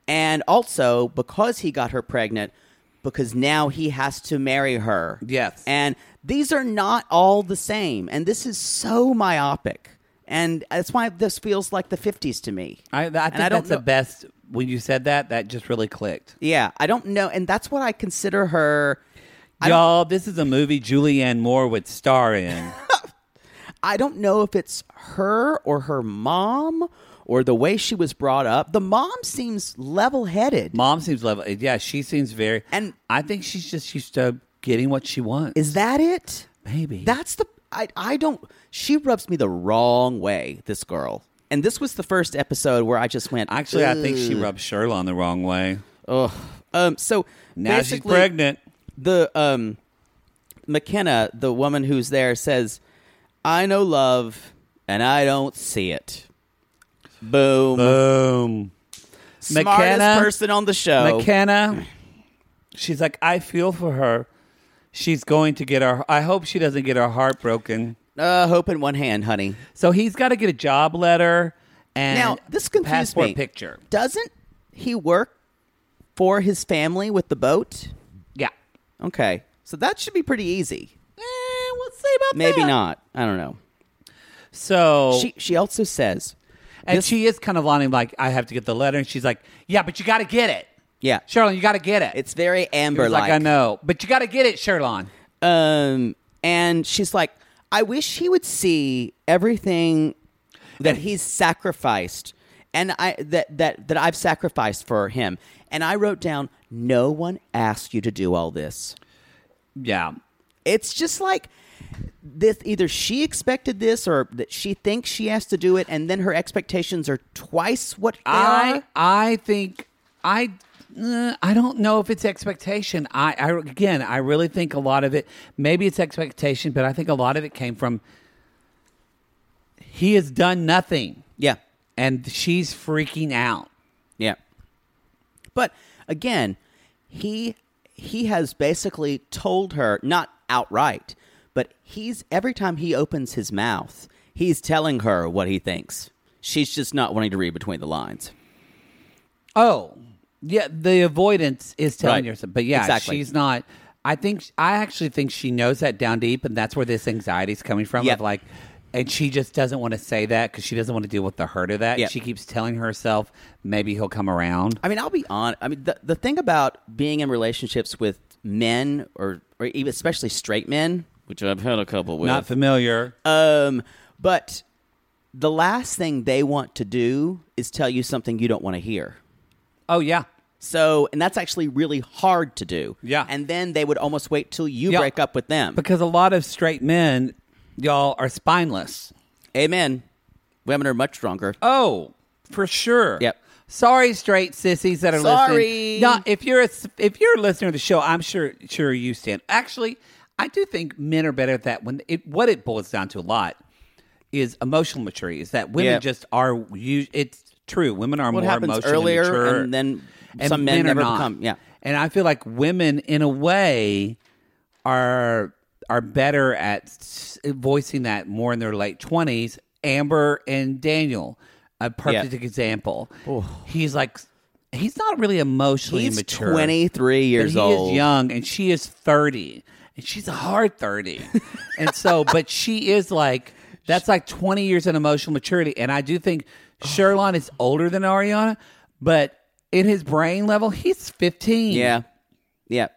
Speaker 3: And also because he got her pregnant, because now he has to marry her.
Speaker 4: Yes.
Speaker 3: And these are not all the same. And this is so myopic. And that's why this feels like the 50s to me.
Speaker 4: I, I think
Speaker 3: and I don't
Speaker 4: that's
Speaker 3: know,
Speaker 4: the best. When you said that, that just really clicked.
Speaker 3: Yeah, I don't know. And that's what I consider her. I don't-
Speaker 4: Y'all, this is a movie Julianne Moore would star in.
Speaker 3: I don't know if it's her or her mom or the way she was brought up. The mom seems level headed.
Speaker 4: Mom seems level. Yeah, she seems very.
Speaker 3: And-
Speaker 4: I think she's just used to getting what she wants.
Speaker 3: Is that it?
Speaker 4: Maybe.
Speaker 3: That's the I I don't she rubs me the wrong way, this girl. And this was the first episode where I just went
Speaker 4: Actually, I think she
Speaker 3: "Ugh."
Speaker 4: rubbed Sherlon the wrong way.
Speaker 3: Um so
Speaker 4: Now she's
Speaker 3: basically,
Speaker 4: pregnant.
Speaker 3: The um McKenna, the woman who's there, says, I know love and I don't see it. Boom.
Speaker 4: Boom.
Speaker 3: Smartest
Speaker 4: McKenna-
Speaker 3: person on the show.
Speaker 4: McKenna, she's like, I feel for her. She's going to get her. I hope she doesn't get her heart broken.
Speaker 3: Uh, hope in one hand, honey.
Speaker 4: So he's got to get a job letter and
Speaker 3: now this confused
Speaker 4: passport
Speaker 3: me.
Speaker 4: picture.
Speaker 3: Doesn't he work for his family with the boat?
Speaker 4: Yeah.
Speaker 3: Okay, so that should be pretty easy.
Speaker 4: we'll see about
Speaker 3: Maybe not. I don't know.
Speaker 4: So
Speaker 3: She she also says,
Speaker 4: And
Speaker 3: This-
Speaker 4: she is kind of lying, like, I have to get the letter. And she's like, Yeah, but you got to get it.
Speaker 3: yeah,
Speaker 4: Sherlon, you got to get it.
Speaker 3: it's very
Speaker 4: He
Speaker 3: Amber
Speaker 4: was
Speaker 3: like.
Speaker 4: I know, but you got to get it, Sherlon.
Speaker 3: Um, and she's like, I wish he would see everything that he's sacrificed, and I that that that I've sacrificed for him. And I wrote down, no one asked you to do all this.
Speaker 4: Yeah.
Speaker 3: It's just like this either she expected this or that she thinks she has to do it and then her expectations are twice what they
Speaker 4: I
Speaker 3: are.
Speaker 4: I think I uh, I don't know if it's expectation. I, I again, I really think a lot of it. Maybe it's expectation, but I think a lot of it came from he has done nothing,
Speaker 3: Yeah.
Speaker 4: and she's freaking out.
Speaker 3: Yeah. But again, he he has basically told her not outright, but he's every time he opens his mouth, he's telling her what he thinks. She's just not wanting to read between the lines.
Speaker 4: Oh, yeah. The avoidance is telling
Speaker 3: Right.
Speaker 4: yourself, but yeah,
Speaker 3: Exactly.
Speaker 4: she's not. I think I actually think she knows that down deep, and that's where this anxiety is coming from.
Speaker 3: Yeah.
Speaker 4: Of like, and she just doesn't want to say that because she doesn't want to deal with the hurt of that.
Speaker 3: Yeah.
Speaker 4: She keeps telling herself maybe he'll come around.
Speaker 3: I mean, I'll be on. I mean, the, the thing about being in relationships with men, or or even especially straight men, which I've had a couple with.
Speaker 4: Not familiar.
Speaker 3: um, but the last thing they want to do is tell you something you don't want to hear.
Speaker 4: oh yeah,
Speaker 3: So, and that's actually really hard to do.
Speaker 4: Yeah.
Speaker 3: And then they would almost wait till you
Speaker 4: Yeah.
Speaker 3: break up with them.
Speaker 4: because a lot of straight men, y'all are spineless.
Speaker 3: Amen. Women are much stronger.
Speaker 4: Oh, for sure.
Speaker 3: Yep.
Speaker 4: Sorry, straight sissies that are
Speaker 3: Sorry.
Speaker 4: listening. No, if you're a s if you're a listener of the show, I'm sure sure you stand. Actually, I do think men are better at that. When it, what it boils down to a lot is emotional maturity. Is that women
Speaker 3: Yeah.
Speaker 4: just are you? It's true. Women are
Speaker 3: What
Speaker 4: more
Speaker 3: happens
Speaker 4: emotionally
Speaker 3: earlier
Speaker 4: mature,
Speaker 3: and then some men
Speaker 4: are
Speaker 3: never
Speaker 4: not.
Speaker 3: become- yeah.
Speaker 4: and I feel like women, in a way, are are better at s- voicing that more in their late twenties. Amber and Daniel, a perfect example. He's like, he's not really emotionally
Speaker 3: He's
Speaker 4: mature.
Speaker 3: 23 years
Speaker 4: but he
Speaker 3: old.
Speaker 4: Is young, and she is thirty, and she's a hard thirty, and so, but she is like that's like twenty years in emotional maturity, and I do think Sherlon is older than Ariana, but in his brain level, he's fifteen.
Speaker 3: Yeah. Yeah.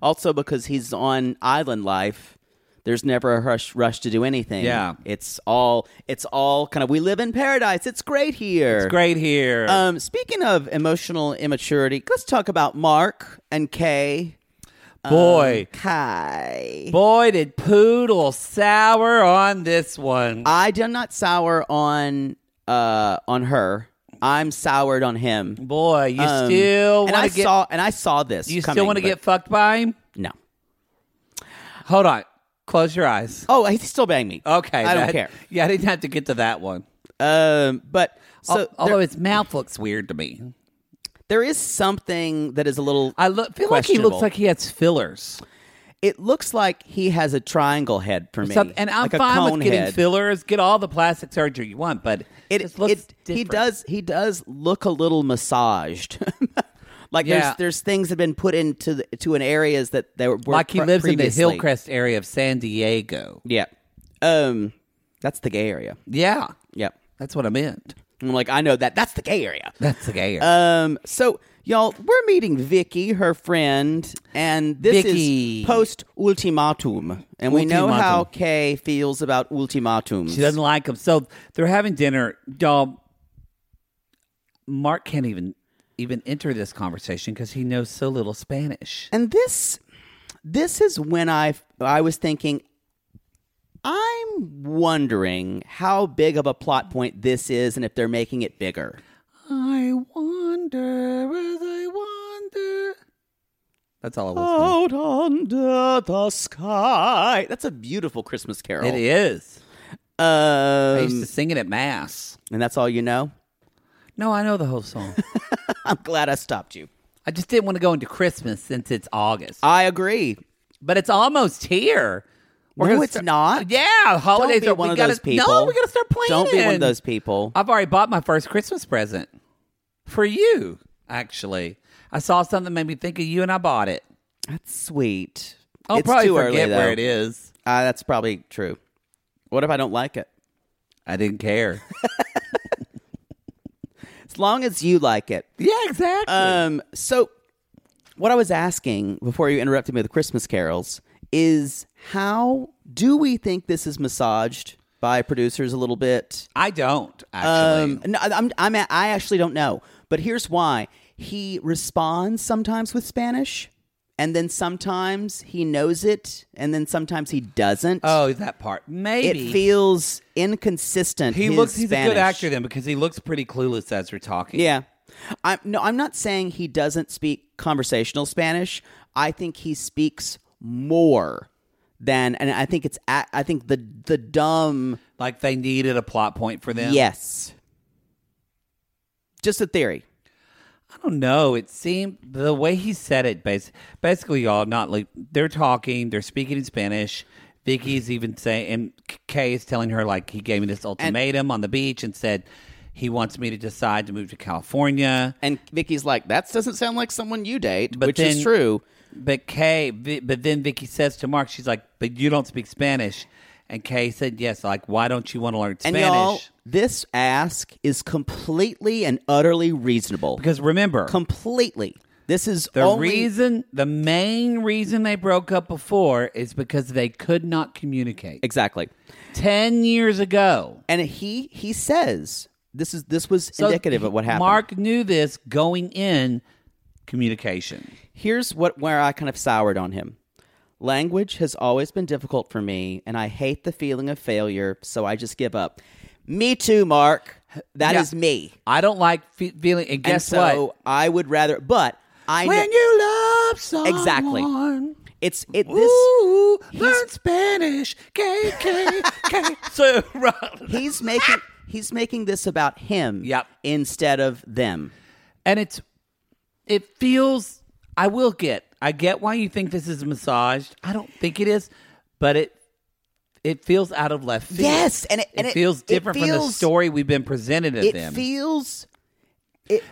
Speaker 3: Also because he's on island life, there's never a rush rush to do anything.
Speaker 4: Yeah.
Speaker 3: It's all it's all kind of we live in paradise. It's great here.
Speaker 4: it's great here.
Speaker 3: Um speaking of emotional immaturity, let's talk about Mark and Kay.
Speaker 4: boy,
Speaker 3: Kai.
Speaker 4: boy, did poodle sour on this one.
Speaker 3: I did not sour on uh on her. I'm soured on him.
Speaker 4: boy, you
Speaker 3: Um,
Speaker 4: still
Speaker 3: and I
Speaker 4: want to get
Speaker 3: saw and I saw this.
Speaker 4: you
Speaker 3: coming,
Speaker 4: still want to
Speaker 3: but
Speaker 4: get fucked by him?
Speaker 3: no.
Speaker 4: Hold on, close your eyes.
Speaker 3: Oh, he still banged me.
Speaker 4: Okay,
Speaker 3: I don't
Speaker 4: that-
Speaker 3: care.
Speaker 4: Yeah, I didn't have to get to that one.
Speaker 3: Um, but so
Speaker 4: Al-
Speaker 3: there-
Speaker 4: although his mouth looks weird to me,
Speaker 3: there is something that is a little.
Speaker 4: I look, feel like he
Speaker 3: questionable.
Speaker 4: looks like he has fillers.
Speaker 3: it looks like he has a triangle head for me,
Speaker 4: Some- and I'm
Speaker 3: like a
Speaker 4: fine
Speaker 3: cone
Speaker 4: with getting
Speaker 3: head.
Speaker 4: fillers. Get all the plastic surgery you want, but it
Speaker 3: It,
Speaker 4: just looks
Speaker 3: it- he
Speaker 4: different.
Speaker 3: does he does look a little massaged. like
Speaker 4: Yeah.
Speaker 3: there's there's things that have been put into the, to an areas that they were
Speaker 4: like he
Speaker 3: pre-
Speaker 4: lives in the
Speaker 3: previously.
Speaker 4: Hillcrest area of San Diego.
Speaker 3: Yeah, um, that's the gay area.
Speaker 4: Yeah,
Speaker 3: Yeah,
Speaker 4: that's what I meant.
Speaker 3: I'm like I know that that's the gay area.
Speaker 4: That's the gay. area.
Speaker 3: Um, so y'all, we're meeting Vicky, her friend, and this
Speaker 4: Vicky.
Speaker 3: is post ultimatum, and we know
Speaker 4: Ultimatum.
Speaker 3: how Kay feels about ultimatums.
Speaker 4: she doesn't like him, so they're having dinner, y'all. Mark can't even even enter this conversation because he knows so little Spanish.
Speaker 3: and this, this is when I I was thinking, I'm wondering how big of a plot point this is, and if they're making it bigger.
Speaker 4: I wonder as I wonder. That's all I was.
Speaker 3: Out under the sky. That's a beautiful Christmas carol.
Speaker 4: Oh. It is. I used
Speaker 3: Um,
Speaker 4: to sing it at mass.
Speaker 3: and that's all you know.
Speaker 4: No, I know the whole song.
Speaker 3: I'm glad I stopped you.
Speaker 4: I just didn't want to go into Christmas since it's August,
Speaker 3: I agree.
Speaker 4: but it's almost here.
Speaker 3: no,
Speaker 4: gonna
Speaker 3: it's
Speaker 4: start-
Speaker 3: not.
Speaker 4: Yeah, holidays
Speaker 3: Don't be
Speaker 4: are
Speaker 3: one
Speaker 4: we
Speaker 3: of
Speaker 4: gotta,
Speaker 3: those people.
Speaker 4: No, we gotta start playing.
Speaker 3: Don't be one of those people.
Speaker 4: I've already bought my first Christmas present for you. Actually, I saw something that made me think of you, and I bought it.
Speaker 3: That's sweet.
Speaker 4: I'll
Speaker 3: it's
Speaker 4: probably
Speaker 3: too
Speaker 4: forget
Speaker 3: early, though.
Speaker 4: where it is.
Speaker 3: Uh, that's probably true. What if I don't like it?
Speaker 4: I didn't care.
Speaker 3: As long as you like it.
Speaker 4: yeah, exactly.
Speaker 3: Um. So, what I was asking before you interrupted me with Christmas carols is how do we think this is massaged by producers a little bit?
Speaker 4: I don't actually.
Speaker 3: Um, no, I- I'm, I'm, I actually don't know. But here's why he responds sometimes with Spanish, and then sometimes he knows it, and then sometimes he doesn't.
Speaker 4: oh, that part maybe.
Speaker 3: it feels inconsistent.
Speaker 4: he
Speaker 3: his
Speaker 4: looks. He's a
Speaker 3: Spanish.
Speaker 4: good actor then because he looks pretty clueless as we're talking.
Speaker 3: Yeah. I'm no, I'm not saying he doesn't speak conversational Spanish. I think he speaks more than, and I think it's, a- I think the the dumb.
Speaker 4: like they needed a plot point for them.
Speaker 3: Yes. Just a theory.
Speaker 4: I don't know. It seemed the way he said it, bas- basically, y'all, not like they're talking, they're speaking in Spanish. Vicky's even saying, and K- Kay is telling her, like, he gave me this ultimatum on the beach and said, he wants me to decide to move to California.
Speaker 3: And Vicky's like, that doesn't sound like someone you date,
Speaker 4: But
Speaker 3: which
Speaker 4: then-
Speaker 3: is true.
Speaker 4: But Kay, Vi- but then Vicky says to Mark, she's like, but you don't speak Spanish. And Kay said, yes, like, why don't you want to learn
Speaker 3: And
Speaker 4: Spanish?
Speaker 3: y'all, this ask is completely and utterly reasonable.
Speaker 4: because remember,
Speaker 3: completely, this is
Speaker 4: The
Speaker 3: only-
Speaker 4: reason, the main reason they broke up before is because they could not communicate.
Speaker 3: exactly.
Speaker 4: 10 years ago.
Speaker 3: And he he says this is this was
Speaker 4: So
Speaker 3: indicative of what happened.
Speaker 4: Mark knew this going in communication.
Speaker 3: here's what where I kind of soured on him. Language has always been difficult for me, and I hate the feeling of failure, so I just give up. Me too, Mark. That is
Speaker 4: Yeah.
Speaker 3: me.
Speaker 4: I don't like fe- feeling, and guess
Speaker 3: and so
Speaker 4: what?
Speaker 3: I would rather, but I
Speaker 4: When
Speaker 3: kn-
Speaker 4: you love someone.
Speaker 3: Exactly. It's it
Speaker 4: Ooh,
Speaker 3: this
Speaker 4: learn
Speaker 3: he's,
Speaker 4: Spanish. K K K. So right.
Speaker 3: he's making he's making this about him
Speaker 4: Yep.
Speaker 3: instead of them.
Speaker 4: and it's it feels i will get i get why you think this is massaged i don't think it is but it it feels out of left field
Speaker 3: Yes, and it- and it-
Speaker 4: feels
Speaker 3: it
Speaker 4: different from the
Speaker 3: feels-
Speaker 4: story we've been presented of
Speaker 3: It
Speaker 4: them
Speaker 3: feels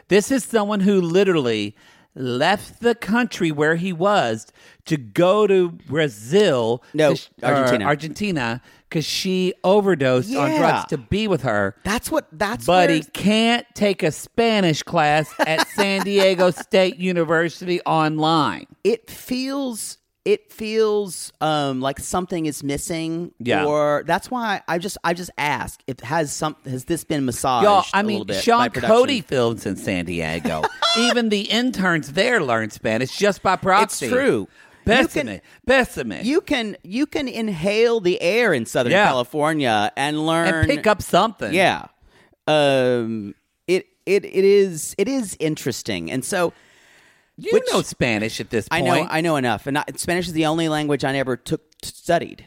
Speaker 4: this is someone who literally left the country where he was to go to Brazil.
Speaker 3: No,
Speaker 4: to sh- or
Speaker 3: Argentina.
Speaker 4: Argentina, because she overdosed on
Speaker 3: Yeah.
Speaker 4: drugs to be with her.
Speaker 3: that's what that's
Speaker 4: but
Speaker 3: where-
Speaker 4: he can't take a Spanish class at San Diego State University online.
Speaker 3: it feels it feels um, like something is missing.
Speaker 4: Yeah.
Speaker 3: Or that's why I just I just ask if has some has this been massaged?
Speaker 4: Y'all, I
Speaker 3: a little
Speaker 4: mean,
Speaker 3: bit by
Speaker 4: Sean
Speaker 3: production?
Speaker 4: Cody films in San Diego. Even the interns there learn Spanish just by proxy.
Speaker 3: true. You can-
Speaker 4: Pessime. Pessime.
Speaker 3: You can you can inhale the air in Southern
Speaker 4: Yeah.
Speaker 3: California and learn
Speaker 4: and pick up something.
Speaker 3: Yeah. Um. It it it is it is interesting, and so
Speaker 4: You
Speaker 3: Which-
Speaker 4: know Spanish at this
Speaker 3: I
Speaker 4: point.
Speaker 3: know I know enough, and I, Spanish is the only language I never took studied.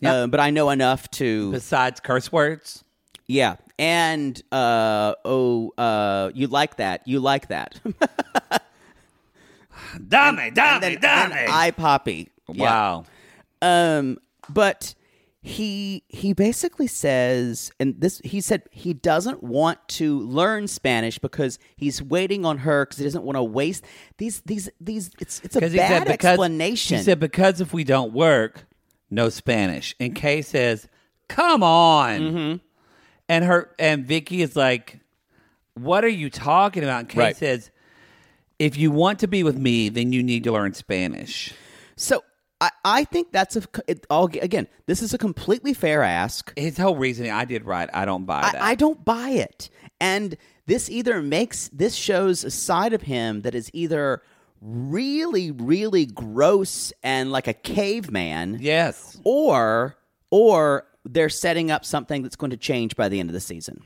Speaker 4: Yeah.
Speaker 3: Uh, but I know enough to
Speaker 4: Besides curse words.
Speaker 3: yeah, and uh oh, uh you like that, you like that, and
Speaker 4: Dame, dame,
Speaker 3: then I poppy. Yeah.
Speaker 4: Wow.
Speaker 3: Um, but he he basically says, and this he said he doesn't want to learn Spanish because he's waiting on her because he doesn't want to waste these these these. It's it's a bad
Speaker 4: Because he said because
Speaker 3: explanation.
Speaker 4: He said because if we don't work, no Spanish. And Kay says, "Come on,"
Speaker 3: Mm-hmm.
Speaker 4: and her and Vicky is like, "What are you talking about?" And Kay
Speaker 3: Right.
Speaker 4: says, "If you want to be with me, then you need to learn Spanish."
Speaker 3: so I I think that's a it, all again. This is a completely fair ask.
Speaker 4: His whole reasoning, I did right. I don't buy that.
Speaker 3: I, I don't buy it. And this either makes this shows a side of him that is either really, really gross and like a caveman,
Speaker 4: yes,
Speaker 3: or or they're setting up something that's going to change by the end of the season.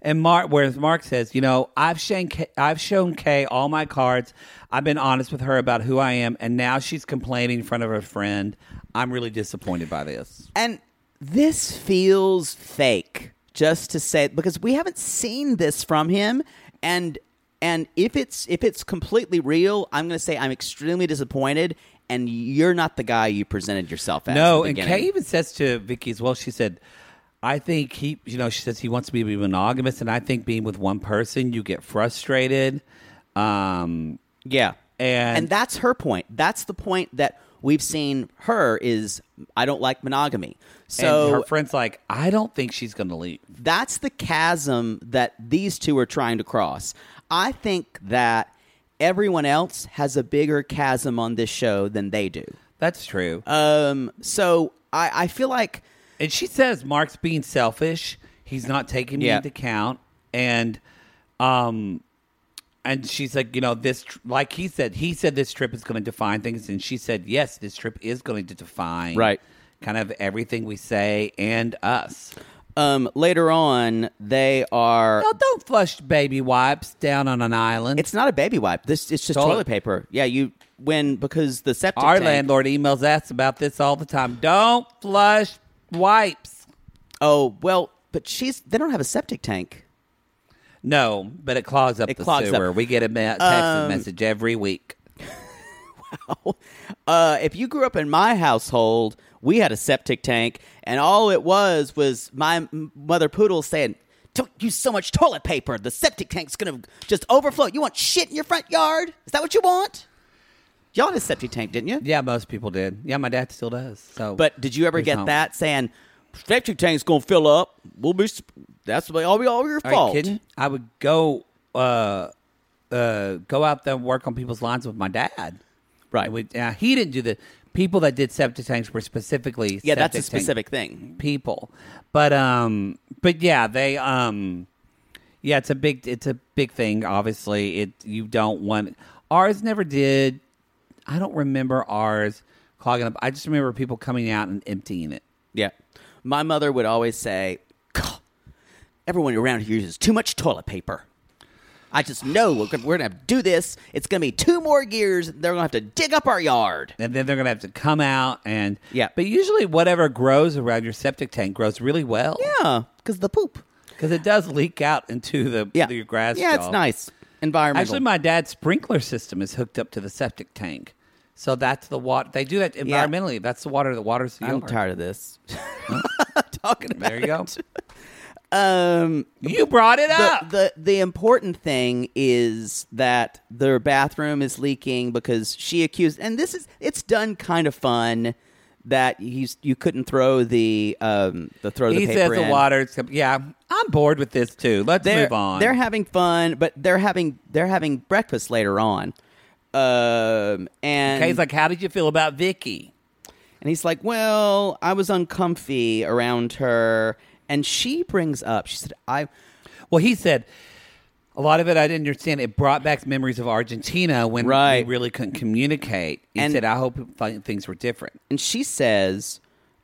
Speaker 4: and Mark, whereas Mark says, "You know, I've shown Kay, I've shown Kay all my cards. I've been honest with her about who I am, and now she's complaining in front of her friend. I'm really disappointed by this."
Speaker 3: And this feels fake, just to say because we haven't seen this from him and and if it's if it's completely real, I'm going to say I'm extremely disappointed and you're not the guy you presented yourself as.
Speaker 4: No,
Speaker 3: in
Speaker 4: and
Speaker 3: the
Speaker 4: Kay
Speaker 3: beginning.
Speaker 4: even says to Vicky as well. She said, "I think he, you know, she says he wants to be monogamous, and I think being with one person, you get frustrated." Um,
Speaker 3: Yeah.
Speaker 4: And-
Speaker 3: and that's her point. That's the point that we've seen her is I don't like monogamy.
Speaker 4: and
Speaker 3: So
Speaker 4: her friend's like, "I don't think she's going to leave."
Speaker 3: that's the chasm that these two are trying to cross. I think that everyone else has a bigger chasm on this show than they do.
Speaker 4: That's true.
Speaker 3: Um so I, I feel like
Speaker 4: and she says Mark's being selfish. He's not taking me
Speaker 3: Yeah.
Speaker 4: into account, and um, and she's like, you know, this tr- like he said, he said this trip is going to define things, and she said, yes, this trip is going to define
Speaker 3: Right.
Speaker 4: kind of everything we say and us.
Speaker 3: um later on they are
Speaker 4: No, don't flush baby wipes down on an island.
Speaker 3: it's not a baby wipe. This it's just
Speaker 4: Toilet-
Speaker 3: toilet, paper. Yeah, you when because the septic
Speaker 4: our
Speaker 3: tank-
Speaker 4: landlord emails us about this all the time. Don't flush wipes.
Speaker 3: Oh, well, but she's they don't have a septic tank.
Speaker 4: No, but it clogs up
Speaker 3: It
Speaker 4: the
Speaker 3: clogs up. Um,
Speaker 4: sewer. We get a me- text and message every week.
Speaker 3: Uh, if you grew up in my household, we had a septic tank, and all it was was my m- mother poodle saying, "Don't use so much toilet paper. The septic tank's gonna just overflow. You want shit in your front yard? Is that what you want?" Y'all had a septic tank, didn't you?
Speaker 4: Yeah, most people did. Yeah, my dad still does. So,
Speaker 3: But did you ever
Speaker 4: Please
Speaker 3: get
Speaker 4: don't.
Speaker 3: that saying, "Septic tank's gonna fill up. We'll be. sp- That's all be all your
Speaker 4: Are
Speaker 3: fault."
Speaker 4: you kidding? I would go, uh, uh, go out there and work on people's lines with my dad.
Speaker 3: Right.
Speaker 4: And we- Now he didn't do the people that did septic tanks were specifically
Speaker 3: Yeah, that's a
Speaker 4: septic tank
Speaker 3: specific thing.
Speaker 4: people. But um, but yeah, they um, yeah, it's a big it's a big thing. Obviously, it you don't want ours never did. I don't remember ours clogging up. I just remember people coming out and emptying it.
Speaker 3: Yeah. My mother would always say, "Gah, everyone around here uses too much toilet paper. I just know we're gonna, we're gonna have to do this. It's gonna be two more years. They're gonna have to dig up our yard.
Speaker 4: and then they're going to have to come out and
Speaker 3: Yeah.
Speaker 4: But usually, whatever grows around your septic tank grows really well.
Speaker 3: Yeah, because the poop.
Speaker 4: because it does leak out into the
Speaker 3: Yeah,
Speaker 4: your grass.
Speaker 3: Yeah,
Speaker 4: jaw.
Speaker 3: it's nice environmental.
Speaker 4: Actually, my dad's sprinkler system is hooked up to the septic tank, so that's the water. They do it
Speaker 3: Yeah.
Speaker 4: environmentally. That's the water that waters the
Speaker 3: I'm
Speaker 4: yard.
Speaker 3: tired of this. Talking about
Speaker 4: There you go.
Speaker 3: it. Um,
Speaker 4: you brought it
Speaker 3: the,
Speaker 4: up.
Speaker 3: the the important thing is that their bathroom is leaking because she accused, and this is it's done kind of fun that you you couldn't throw the um the throw
Speaker 4: he
Speaker 3: the
Speaker 4: says
Speaker 3: paper
Speaker 4: the
Speaker 3: in.
Speaker 4: water. It's, yeah, I'm bored with this too. Let's
Speaker 3: they're,
Speaker 4: move on.
Speaker 3: They're having fun, but they're having they're having breakfast later on. Um and
Speaker 4: okay, he's like, "How did you feel about Vicky?"
Speaker 3: And he's like, "Well, I was uncomfy around her." And she brings up, she said, "I
Speaker 4: Well, he said a lot of it I didn't understand. It brought back memories of Argentina when
Speaker 3: Right.
Speaker 4: we really couldn't communicate. He
Speaker 3: And-
Speaker 4: said, "I hope fi- things were different."
Speaker 3: and she says,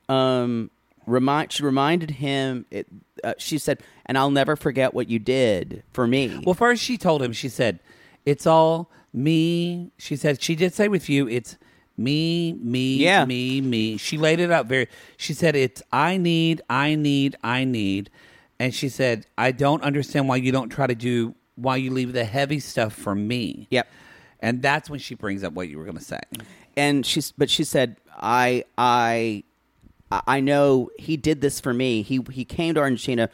Speaker 3: um, remind she reminded him. It, uh, she said, and I'll never forget what you did for me.
Speaker 4: Well, first she told him. She said, "It's all me." She said she did say with you, "It's me, me,
Speaker 3: Yeah.
Speaker 4: me, me." She laid it out very. She said, "It's I need, I need, I need," and she said, "I don't understand why you don't try to do why you leave the heavy stuff for me."
Speaker 3: Yep.
Speaker 4: And that's when she brings up what you were going to say.
Speaker 3: and she's, but she said, I, I, I know he did this for me. He he came to Argentina,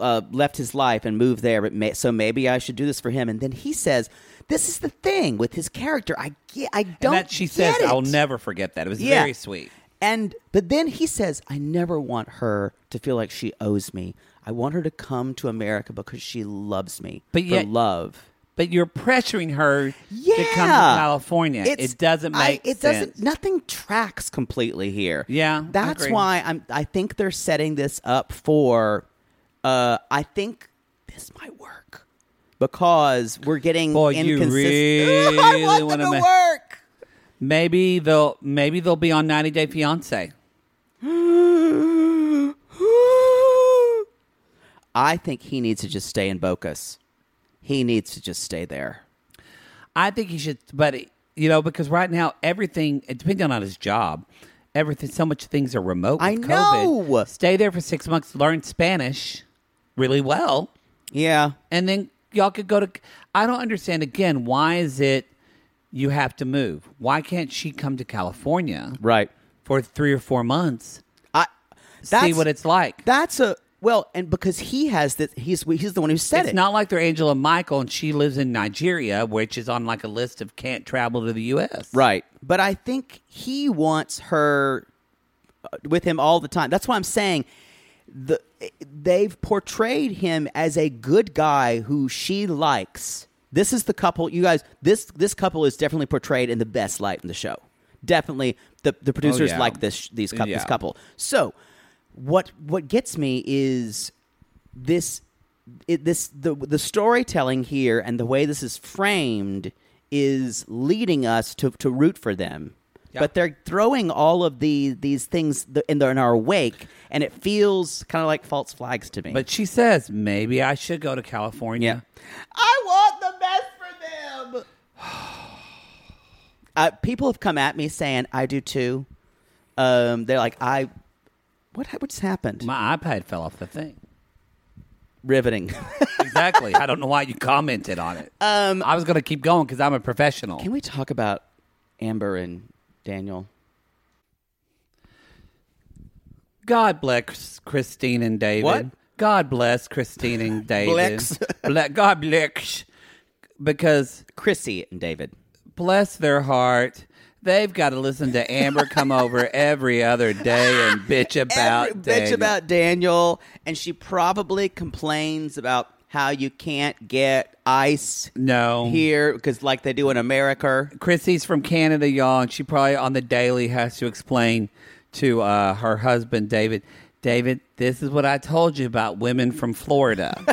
Speaker 3: uh, left his life and moved there. But may, so maybe I should do this for him. And then he says, "This is the thing with his character. I get, I don't."
Speaker 4: and that she
Speaker 3: get
Speaker 4: says,
Speaker 3: it.
Speaker 4: "I'll never forget that." It was
Speaker 3: Yeah.
Speaker 4: very sweet.
Speaker 3: And but then he says, I never want her to feel like she owes me. I want her to come to America because she loves me.
Speaker 4: But
Speaker 3: for
Speaker 4: yet-
Speaker 3: love.
Speaker 4: But you're pressuring her
Speaker 3: Yeah,
Speaker 4: to come to California.
Speaker 3: It's-
Speaker 4: it doesn't
Speaker 3: I-
Speaker 4: make
Speaker 3: it
Speaker 4: sense.
Speaker 3: doesn't. Nothing tracks completely here.
Speaker 4: Yeah, I
Speaker 3: that's
Speaker 4: agree.
Speaker 3: why I'm. I think they're setting this up for. Uh, I think this might work because we're getting
Speaker 4: Boy, you
Speaker 3: inconsistent.
Speaker 4: really
Speaker 3: I want them
Speaker 4: wanna
Speaker 3: to
Speaker 4: ma-
Speaker 3: work.
Speaker 4: Maybe they'll maybe they'll be on 90 Day Fiance.
Speaker 3: I think he needs to just stay in Bocas. He needs to just stay there.
Speaker 4: I think he should, but you know, because right now everything, depending on his job, everything, so much things are remote. With
Speaker 3: I
Speaker 4: COVID.
Speaker 3: know.
Speaker 4: Stay there for six months, learn Spanish really well,
Speaker 3: Yeah.
Speaker 4: and then y'all could go to. I don't understand again. Why is it you have to move? Why can't she come to California
Speaker 3: Right.
Speaker 4: for three or four months?
Speaker 3: I that's,
Speaker 4: see what it's like.
Speaker 3: That's a well, and because he has that, he's he's the one who said
Speaker 4: it's
Speaker 3: it.
Speaker 4: not like they're Angela Michael and she lives in Nigeria, which is on like a list of can't travel to the U.S.
Speaker 3: Right. But I think he wants her uh, with him all the time. That's why I'm saying the they've portrayed him as a good guy who she likes. This is the couple you guys this this couple is definitely portrayed in the best light in the show. Definitely the the producers
Speaker 4: Oh, yeah.
Speaker 3: like this these cou- this
Speaker 4: Yeah.
Speaker 3: couple. So what what gets me is this it, this the the storytelling here and the way this is framed is leading us to to root for them. But they're throwing all of the these things th- in, their, in our wake, and it feels kind of like false flags to me.
Speaker 4: But she says maybe I should go to California.
Speaker 3: yeah, I want the best for them. uh, people have come at me saying I do too. Um, they're like, I what ha- what just happened?
Speaker 4: My iPad fell off the thing.
Speaker 3: Riveting.
Speaker 4: Exactly. I don't know why you commented on it. Um, I was going to keep going because I'm a professional.
Speaker 3: Can we talk about Amber and Daniel?
Speaker 4: God bless Christine and David.
Speaker 3: What?
Speaker 4: God bless Christine and David.
Speaker 3: Blex.
Speaker 4: Ble- God bless. Because
Speaker 3: Chrissy and David.
Speaker 4: bless their heart. They've got to listen to Amber come over every other day and bitch about
Speaker 3: Every bitch
Speaker 4: Daniel.
Speaker 3: about Daniel, and she probably complains about how you can't get ice
Speaker 4: No.
Speaker 3: here because like they do in America.
Speaker 4: Chrissy's from Canada, y'all, and she probably on the daily has to explain to uh, her husband, David, David, this is what I told you about women from Florida.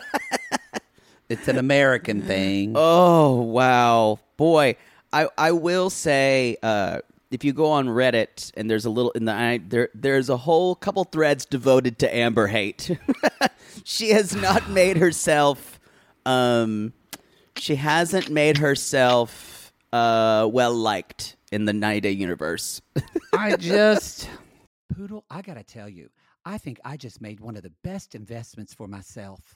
Speaker 4: it's an American thing.
Speaker 3: Oh wow, boy! I I will say, uh, if you go on Reddit and there's a little in the I, there there's a whole couple threads devoted to Amber hate. she has not made herself um,
Speaker 6: she hasn't made herself uh, well liked in the 90 Day universe.
Speaker 7: I just
Speaker 4: Poodle, I gotta tell you, I think I just made one of the best investments for myself.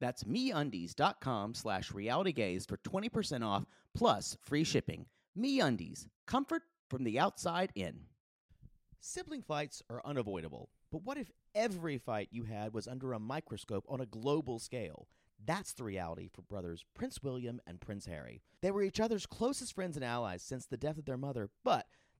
Speaker 3: That's meundies.com slash realitygaze for 20% off plus free shipping. MeUndies, comfort from the outside in. Sibling fights are unavoidable, but what if every fight you had was under a microscope on a global scale? That's the reality for brothers Prince William and Prince Harry. They were each other's closest friends and allies since the death of their mother, but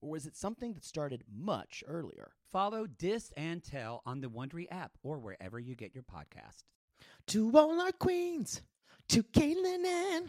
Speaker 3: or was it something that started much earlier?
Speaker 4: Follow Dis and Tell on the Wondery app or wherever you get your podcast.
Speaker 3: To all our queens, to Caitlin and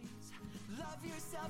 Speaker 8: Love yourself,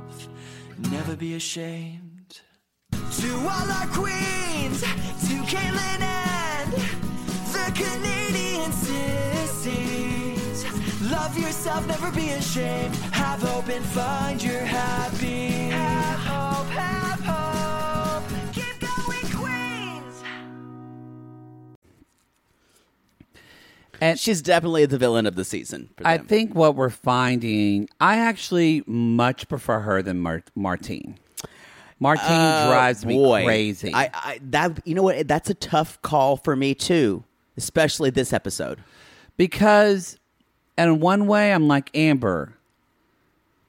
Speaker 8: never be ashamed. To all our queens, to Caitlin and the Canadian sissies. Love yourself, never be ashamed. Have hope and find your happy. Have hope, have hope. Keep going, Queens.
Speaker 3: And she's definitely the villain of the season. For
Speaker 4: I
Speaker 3: them.
Speaker 4: think what we're finding, I actually much prefer her than Mar- Martine. Martine
Speaker 3: Oh,
Speaker 4: drives me
Speaker 3: boy.
Speaker 4: crazy.
Speaker 3: I, I that you know what? That's a tough call for me too, especially this episode.
Speaker 4: because in one way i'm like amber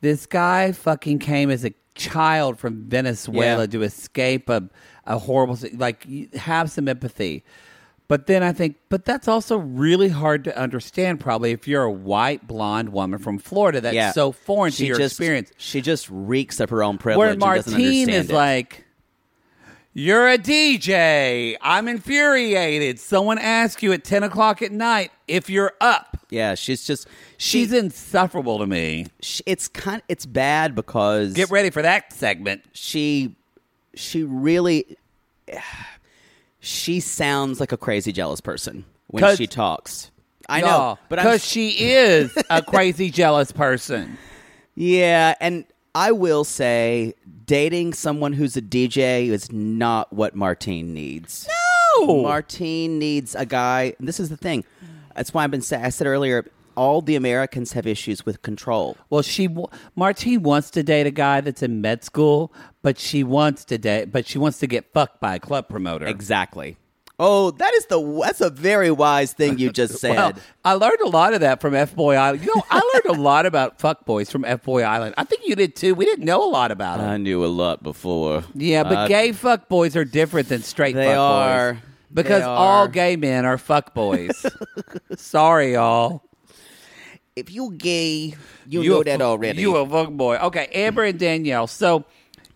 Speaker 4: this guy fucking came as a child from venezuela
Speaker 3: Yeah.
Speaker 4: to escape a, a horrible si- like you- have some empathy but then i think but that's also really hard to understand probably if you're a white blonde woman from florida that's
Speaker 3: yeah,
Speaker 4: so foreign to
Speaker 3: She
Speaker 4: your
Speaker 3: just-
Speaker 4: experience
Speaker 3: She just reeks of her own privilege.
Speaker 4: where
Speaker 3: and doesn't
Speaker 4: martine
Speaker 3: understand
Speaker 4: is
Speaker 3: it.
Speaker 4: like you're a dj i'm infuriated someone asked you at 10 o'clock at night if you're up
Speaker 3: yeah, she's just she's.
Speaker 4: She's insufferable to me.
Speaker 3: she- it's kind. It's bad because
Speaker 4: Get ready for that segment.
Speaker 3: she she really she sounds like a crazy jealous person when
Speaker 4: 'Cause-
Speaker 3: she talks. I know, but I'm,
Speaker 4: because she is a crazy jealous person.
Speaker 3: yeah, and I will say dating someone who's a DJ is not what Martine needs. No, Martine needs a guy. And this is the thing. That's why I've been saying. I said earlier, all the Americans have issues with control.
Speaker 4: Well, she wa- Martine wants to date a guy that's in med school, but she wants to date, but she wants to get fucked by a club promoter.
Speaker 3: Exactly. Oh, that is the that's a very wise thing you just said.
Speaker 4: Well, I learned a lot of that from F Boy Island. You know, I learned a lot about fuck boys from F Boy Island. I think you did too. We didn't know a lot about them.
Speaker 3: I knew a lot before.
Speaker 4: Yeah, but
Speaker 3: I-
Speaker 4: gay fuck boys are different than straight
Speaker 3: They
Speaker 4: fuck
Speaker 3: are.
Speaker 4: boys. Because
Speaker 3: They
Speaker 4: all
Speaker 3: are.
Speaker 4: gay men are fuck boys. Sorry, y'all.
Speaker 3: if you gay, you,
Speaker 4: You
Speaker 3: know
Speaker 4: a
Speaker 3: that
Speaker 4: fu-
Speaker 3: already.
Speaker 4: You a fuck boy. Okay, Amber and Danielle. So,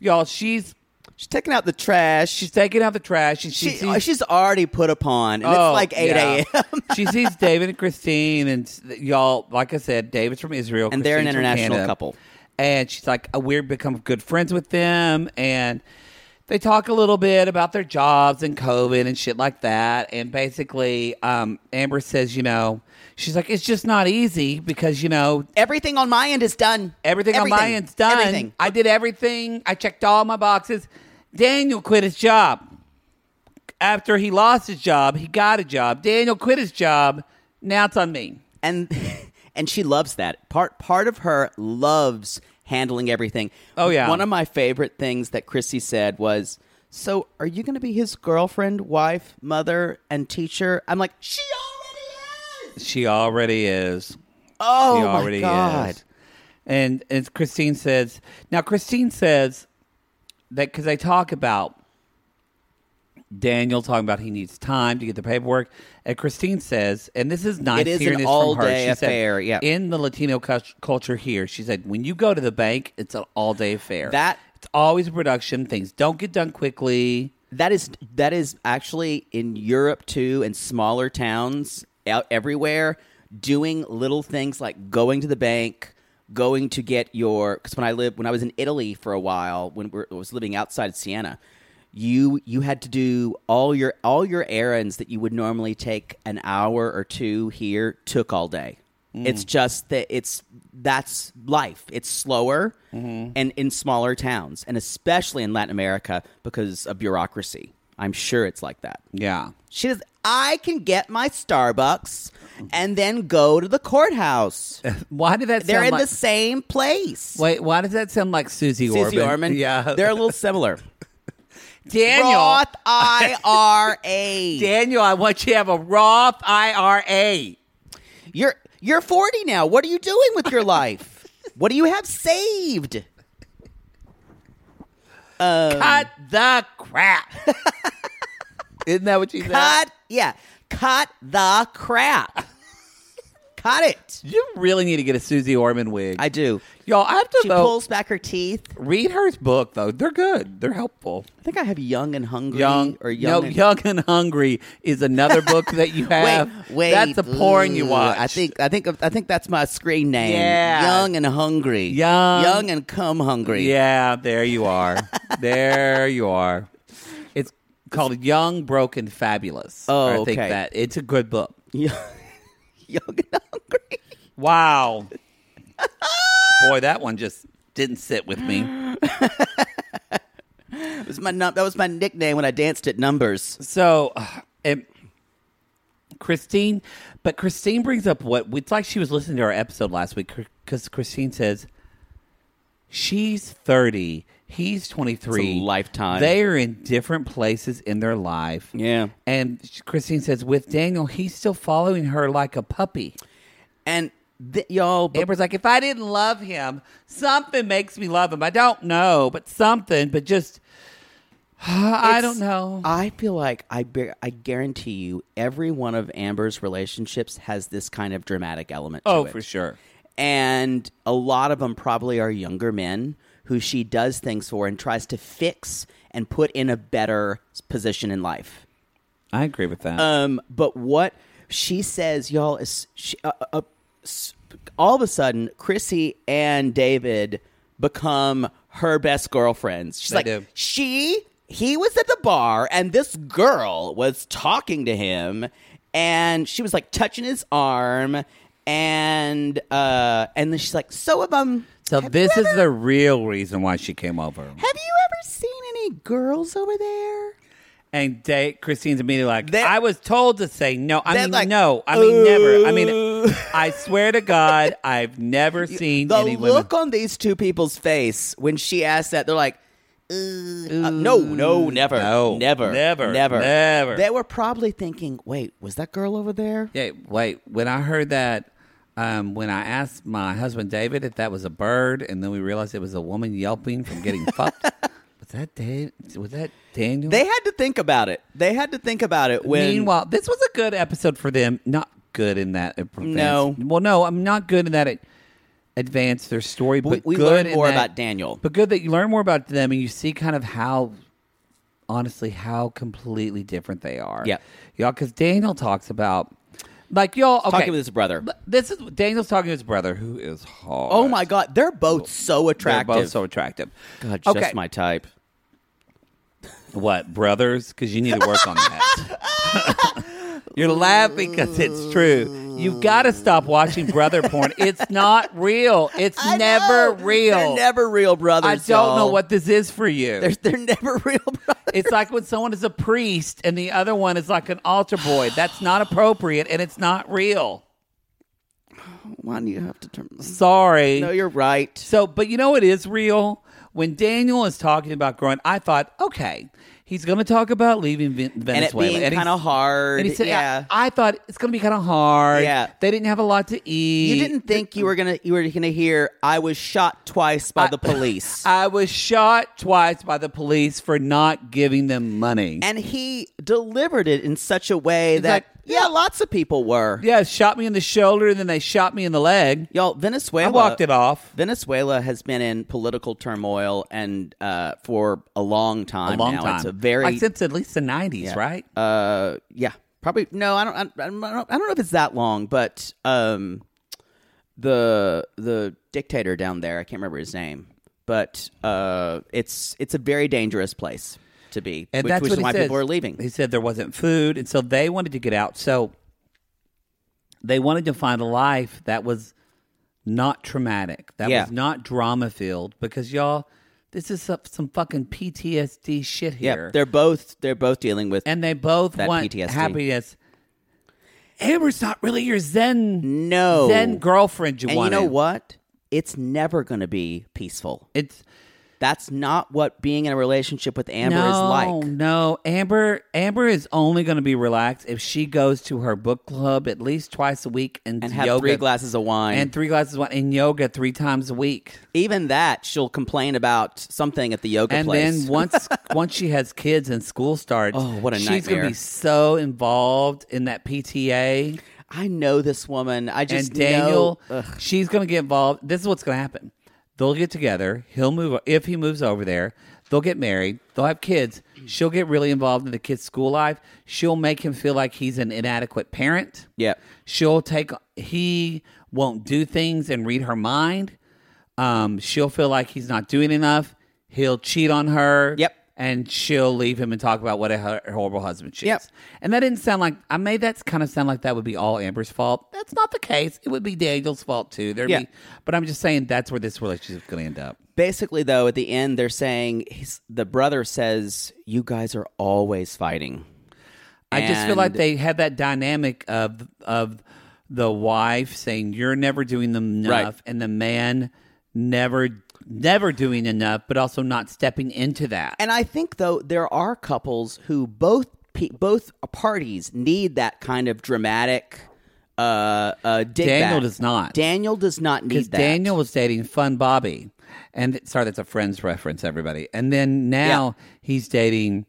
Speaker 4: y'all, she's
Speaker 3: she's taking out the trash.
Speaker 4: she's
Speaker 3: She's
Speaker 4: taking out the trash and she,
Speaker 3: she, uh, oh,
Speaker 4: sees,
Speaker 3: she's already put upon, and
Speaker 4: Oh,
Speaker 3: it's like eight
Speaker 4: yeah.
Speaker 3: a.m.
Speaker 4: she sees David and Christine, and s- y'all, like I said, David's from Israel,
Speaker 3: And they're an
Speaker 4: Christine's from
Speaker 3: international
Speaker 4: Canada.
Speaker 3: couple.
Speaker 4: And she's like, uh, we're become good friends with them, and they talk a little bit about their jobs and COVID and shit like that. And basically, um, Amber says, you know, she's like, it's just not easy because you know
Speaker 3: Everything on my end is done.
Speaker 4: Everything, on my end's done.
Speaker 3: Everything.
Speaker 4: I did everything. I checked all my boxes. Daniel quit his job. After he lost his job, he got a job. Daniel quit his job. Now it's on me.
Speaker 3: and and she loves that part. Part of her loves handling everything.
Speaker 4: Oh, yeah.
Speaker 3: One of my favorite things that Chrissy said was So, are you going to be his girlfriend, wife, mother, and teacher? I'm like, she
Speaker 4: She already is.
Speaker 3: Oh,
Speaker 4: she
Speaker 3: my
Speaker 4: already
Speaker 3: God.
Speaker 4: is. And and Christine says now. Christine says that because they talk about Daniel talking about he needs time to get the paperwork, and Christine says, and this is nice
Speaker 3: It is an
Speaker 4: hearing this from her.
Speaker 3: all-day
Speaker 4: she
Speaker 3: affair,
Speaker 4: Said,
Speaker 3: yeah.
Speaker 4: In the Latino cus- culture here, she said, when you go to the bank, it's an all-day affair.
Speaker 3: That-
Speaker 4: it's always a production. Things don't get done quickly.
Speaker 3: That is that is actually in Europe too, and smaller towns out everywhere, doing little things like going to the bank, going to get your. Because when I lived, when I was in Italy for a while, when we I was living outside Siena, you you had to do all your all your errands that you would normally take an hour or two here took all day. It's
Speaker 4: Mm.
Speaker 3: just that it's that's life. It's slower
Speaker 4: Mm-hmm.
Speaker 3: and in smaller towns, and especially in Latin America because of bureaucracy. I'm sure it's like that.
Speaker 4: Yeah.
Speaker 3: She says, I can get my Starbucks and then go to the courthouse.
Speaker 4: Why did Mm-hmm. that?
Speaker 3: They're
Speaker 4: sound
Speaker 3: in
Speaker 4: like-
Speaker 3: the same place.
Speaker 4: Wait, why does that sound like Susie,
Speaker 3: Susie
Speaker 4: Orman?
Speaker 3: Orman.
Speaker 4: Yeah,
Speaker 3: They're a little similar.
Speaker 4: Daniel.
Speaker 3: Roth IRA.
Speaker 4: Daniel, I want you to have a Roth IRA.
Speaker 3: You're you're 40 now. What are you doing with your life? what do you have saved? Um,
Speaker 4: Cut the crap. Isn't that what you said?
Speaker 3: Cut yeah. Cut the crap. Cut it.
Speaker 4: You really need to get a Susie Orman wig.
Speaker 3: I do.
Speaker 4: Y'all, I have to
Speaker 3: She
Speaker 4: though,
Speaker 3: pulls back her teeth.
Speaker 4: read her book though. They're good. They're helpful.
Speaker 3: I think I have young and hungry
Speaker 4: Young
Speaker 3: or young.
Speaker 4: no,
Speaker 3: and-
Speaker 4: young and hungry is another book that you have. that's a porn you
Speaker 3: Ooh,
Speaker 4: watch.
Speaker 3: I think I think I think that's my screen name.
Speaker 4: Yeah.
Speaker 3: Young and hungry.
Speaker 4: Young.
Speaker 3: Young and come hungry.
Speaker 4: Yeah, there you are. there you are. It's called Young, Broken, Fabulous.
Speaker 3: Oh,
Speaker 4: I think
Speaker 3: okay.
Speaker 4: that it's a good book.
Speaker 3: Young and hungry.
Speaker 4: Wow. Boy, that one just didn't sit with me.
Speaker 3: That was my num- that was my nickname when I danced at numbers.
Speaker 4: So, and Christine, but Christine brings up what it's like she was listening to our episode last week because Christine says she's 30, he's 23.
Speaker 3: It's a lifetime.
Speaker 4: They are in different places in their life.
Speaker 3: Yeah.
Speaker 4: And Christine says, with Daniel, he's still following her like a puppy.
Speaker 3: And th- y'all, but
Speaker 4: Amber's like, if I didn't love him, something makes me love him. I don't know, but something, but just, I don't know.
Speaker 3: I feel like I bar- I guarantee you, every one of Amber's relationships has this kind of dramatic element. to it.
Speaker 4: Oh, sure.
Speaker 3: and a lot of them probably are younger men who she does things for and tries to fix and put in a better position in life.
Speaker 4: I agree with that.
Speaker 3: Um, but what she says, y'all, is she, uh, uh, s- all of a sudden Chrissy and David become her best girlfriends. She's
Speaker 4: They
Speaker 3: like,
Speaker 4: do.
Speaker 3: she, he was at the bar, and this girl was talking to him, and she was like touching his arm. And uh, and then she's like, so um,
Speaker 4: so
Speaker 3: have
Speaker 4: this
Speaker 3: you
Speaker 4: is
Speaker 3: ever-
Speaker 4: the real reason why she came over.
Speaker 3: have you ever seen any girls over there?
Speaker 4: And they, Christine's immediately like,
Speaker 3: They're-
Speaker 4: I was told to say no. I
Speaker 3: They're
Speaker 4: mean,
Speaker 3: like,
Speaker 4: no. I mean, never. I
Speaker 3: "Ooh."
Speaker 4: mean, I swear to God, I've never seen
Speaker 3: the
Speaker 4: any women.
Speaker 3: look on these two people's face when she asked that they're like "Uh, uh, no no never
Speaker 4: No.
Speaker 3: never
Speaker 4: Never.
Speaker 3: never
Speaker 4: Never.
Speaker 3: they were probably thinking wait was that girl over there
Speaker 4: Yeah, wait. When I heard that, um, when I asked my husband David if that was a bird, and then we realized it was a woman yelping from getting fucked. Was that Dave? Was that Daniel?
Speaker 3: they had to think about it they had to think about it when
Speaker 4: Meanwhile, this was a good episode for them. Not good in that. Advanced.
Speaker 3: No.
Speaker 4: Well, no, I'm not good in that. It, Advance their story, but
Speaker 3: We- we
Speaker 4: good
Speaker 3: learned
Speaker 4: in
Speaker 3: more
Speaker 4: that-
Speaker 3: about Daniel.
Speaker 4: But good that you learn more about them and you see kind of how, honestly, how completely different they are.
Speaker 3: Yep.
Speaker 4: y'all, because Daniel talks about, like y'all, okay,
Speaker 3: talking with his brother
Speaker 4: But This is Daniel's talking to his brother, who is hot.
Speaker 3: oh my god they're both so
Speaker 4: They're
Speaker 3: attractive
Speaker 4: both so attractive.
Speaker 3: god just
Speaker 4: okay.
Speaker 3: my type
Speaker 4: what brothers? Because you need to work on that. You're laughing because it's true. You've got to stop watching brother porn. It's not real. It's
Speaker 3: I
Speaker 4: never
Speaker 3: know.
Speaker 4: real.
Speaker 3: they're never real brothers
Speaker 4: I don't
Speaker 3: y'all.
Speaker 4: know what this is for you.
Speaker 3: they're, they're never real brothers
Speaker 4: it's like when someone is a priest and the other one is like an altar boy. That's not appropriate and it's not real.
Speaker 3: why do you have to turn
Speaker 4: Sorry.
Speaker 3: no you're right
Speaker 4: So, but you know what is real? When Daniel is talking about growing, I thought, okay, he's going to talk about leaving Ven- Venezuela.
Speaker 3: being
Speaker 4: he-
Speaker 3: kinda hard,
Speaker 4: And he said,
Speaker 3: yeah.
Speaker 4: I, I thought it's going to be kind of hard.
Speaker 3: Yeah.
Speaker 4: They didn't have a lot to eat.
Speaker 3: You didn't think you were gonna you were gonna hear I was shot twice by the police.
Speaker 4: I was shot twice by the police for not giving them money.
Speaker 3: and he delivered it in such a way
Speaker 4: It's
Speaker 3: that
Speaker 4: like,
Speaker 3: yeah, lots of people were.
Speaker 4: yeah, shot me in the shoulder and then they shot me in the leg.
Speaker 3: Y'all, Venezuela
Speaker 4: I walked it off.
Speaker 3: Venezuela has been in political turmoil and uh, for a long time.
Speaker 4: a long
Speaker 3: now.
Speaker 4: time.
Speaker 3: It's a very
Speaker 4: like since at least the nineties, right?
Speaker 3: Uh, yeah, probably. No, I don't. I, I don't. I don't know if it's that long, but um, the the dictator down there, I can't remember his name, but uh, it's it's a very dangerous place to be,
Speaker 4: And
Speaker 3: which,
Speaker 4: that's
Speaker 3: which
Speaker 4: what
Speaker 3: is
Speaker 4: he
Speaker 3: why
Speaker 4: says.
Speaker 3: people are leaving.
Speaker 4: He said there wasn't food, and so they wanted to get out. So they wanted to find a life that was not traumatic, that
Speaker 3: Yeah.
Speaker 4: was not drama filled, because y'all, this is some, some fucking PTSD shit here.
Speaker 3: Yeah, they're both they're both dealing with
Speaker 4: and they both
Speaker 3: That
Speaker 4: want
Speaker 3: PTSD.
Speaker 4: happiness. Amber's not really your Zen
Speaker 3: no
Speaker 4: Zen girlfriend. You
Speaker 3: and you
Speaker 4: want
Speaker 3: know what? It's never going to be peaceful.
Speaker 4: It's
Speaker 3: That's not what being in a relationship with Amber
Speaker 4: no,
Speaker 3: is like.
Speaker 4: No, Amber. Amber is only going to be relaxed if she goes to her book club at least twice a week and,
Speaker 3: And have
Speaker 4: yoga,
Speaker 3: three glasses of wine.
Speaker 4: and three glasses of wine and yoga three times a week.
Speaker 3: Even that, she'll complain about something at the yoga
Speaker 4: and
Speaker 3: place.
Speaker 4: then once once she has kids and school starts,
Speaker 3: Oh, what a
Speaker 4: she's gonna
Speaker 3: nightmare.
Speaker 4: be so involved in that PTA
Speaker 3: I know this woman. I just
Speaker 4: and Daniel.
Speaker 3: know- Ugh.
Speaker 4: she's gonna get involved. This is what's gonna happen. They'll get together. He'll move if he moves over there. They'll get married. They'll have kids. She'll get really involved in the kids' school life. She'll make him feel like he's an inadequate parent.
Speaker 3: Yeah.
Speaker 4: She'll take he won't do things and read her mind. Um, she'll feel like he's not doing enough. He'll cheat on her.
Speaker 3: Yep.
Speaker 4: And she'll leave him and talk about what a hor- horrible husband she
Speaker 3: Yep.
Speaker 4: is. And that didn't sound like I made that kind of sound like that would be all Amber's fault. That's not the case. It would be Daniel's fault too. There'd
Speaker 3: Yeah.
Speaker 4: be, but I'm just saying that's where this relationship's going to end up.
Speaker 3: Basically, though, at the end, they're saying his, the brother says, "You guys are always fighting."
Speaker 4: I just feel like
Speaker 3: And-
Speaker 4: they had that dynamic of of the wife saying you're never doing them enough,
Speaker 3: Right.
Speaker 4: and the man never never doing enough, but also not stepping into that.
Speaker 3: And I think though there are couples who both pe- both parties need that kind of dramatic. Uh, uh, dig
Speaker 4: Daniel
Speaker 3: back.
Speaker 4: does not.
Speaker 3: Daniel does not
Speaker 4: because
Speaker 3: need that.
Speaker 4: Daniel was dating Fun Bobby, and sorry, that's a Friends reference, everybody. And then now he's dating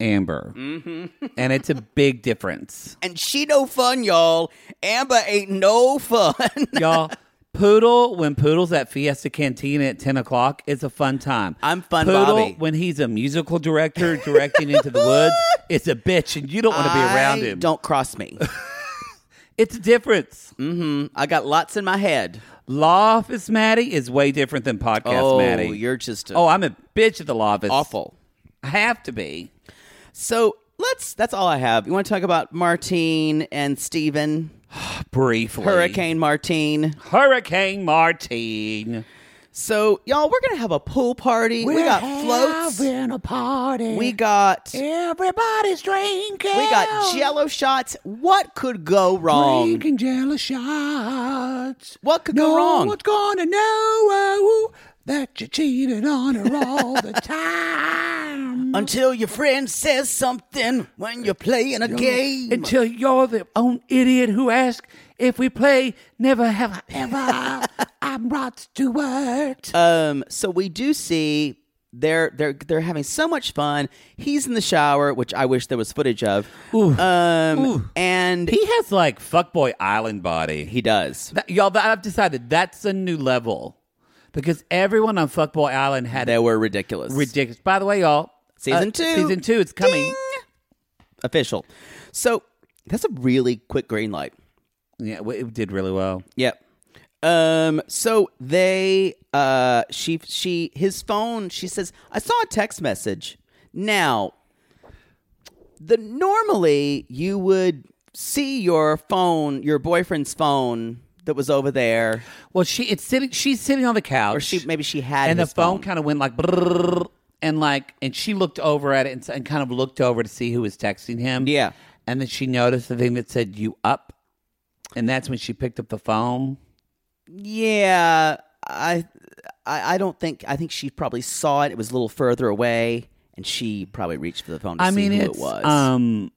Speaker 4: Amber,
Speaker 3: Mm-hmm.
Speaker 4: and it's a big difference,
Speaker 3: and she no fun, y'all. Amber ain't no fun.
Speaker 4: y'all. Poodle when Poodle's at Fiesta Cantina at ten o'clock is a fun time.
Speaker 3: I'm Fun
Speaker 4: Poodle
Speaker 3: Bobby.
Speaker 4: when he's a musical director directing into the woods is a bitch, and you don't want to be around
Speaker 3: I-
Speaker 4: him.
Speaker 3: Don't cross me.
Speaker 4: It's a difference.
Speaker 3: I got lots in my head.
Speaker 4: Law Office Maddie is way different than podcast
Speaker 3: oh,
Speaker 4: Maddie.
Speaker 3: you're just a-
Speaker 4: oh, I'm a bitch at the law office.
Speaker 3: awful.
Speaker 4: I have to be.
Speaker 3: So let's. That's all I have. You want to talk about Martine and Steven?
Speaker 4: briefly.
Speaker 3: Hurricane Martine.
Speaker 4: Hurricane Martine.
Speaker 3: So y'all, we're gonna have a pool party. we got floats.
Speaker 4: a party.
Speaker 3: We got
Speaker 4: everybody's drinking.
Speaker 3: we got Jello shots. What could go wrong?
Speaker 4: jello shots.
Speaker 3: What could go wrong?
Speaker 4: gonna know that you cheated on her all the time?
Speaker 3: Until your friend says something when you're playing a game.
Speaker 4: Until you're the own idiot who asks if we play Never Have I Ever. I'm Rod Stewart.
Speaker 3: Um, so we do see they're they're they're having so much fun. He's in the shower, which I wish there was footage of. Um, and
Speaker 4: he has like fuckboy island body.
Speaker 3: he does.
Speaker 4: That, y'all, that I've decided that's a new level because everyone on Fuckboy Island had
Speaker 3: They were ridiculous.
Speaker 4: ridiculous. By the way, y'all,
Speaker 3: Season
Speaker 4: uh,
Speaker 3: two.
Speaker 4: season two, it's coming.
Speaker 3: Official. So that's a really quick green light.
Speaker 4: Yeah, w- it did really well.
Speaker 3: Yep. Um. So they. Uh. She. She. His phone. She says, "I saw a text message." Now, the normally you would see your phone, your boyfriend's phone that was over there,
Speaker 4: Well, she it's sitting. She's sitting on the couch,
Speaker 3: or she maybe she had
Speaker 4: and the
Speaker 3: his
Speaker 4: phone, kind of went like. brrrr, and like, and she looked over at it and, s- and kind of looked over to see who was texting him.
Speaker 3: Yeah.
Speaker 4: and then she noticed the thing that said "you up," and that's when she picked up the phone.
Speaker 3: Yeah, I, I, I don't think. I think she probably saw it. It was a little further away, and she probably reached for the phone to
Speaker 4: I
Speaker 3: see
Speaker 4: mean,
Speaker 3: who
Speaker 4: it's,
Speaker 3: it was.
Speaker 4: um,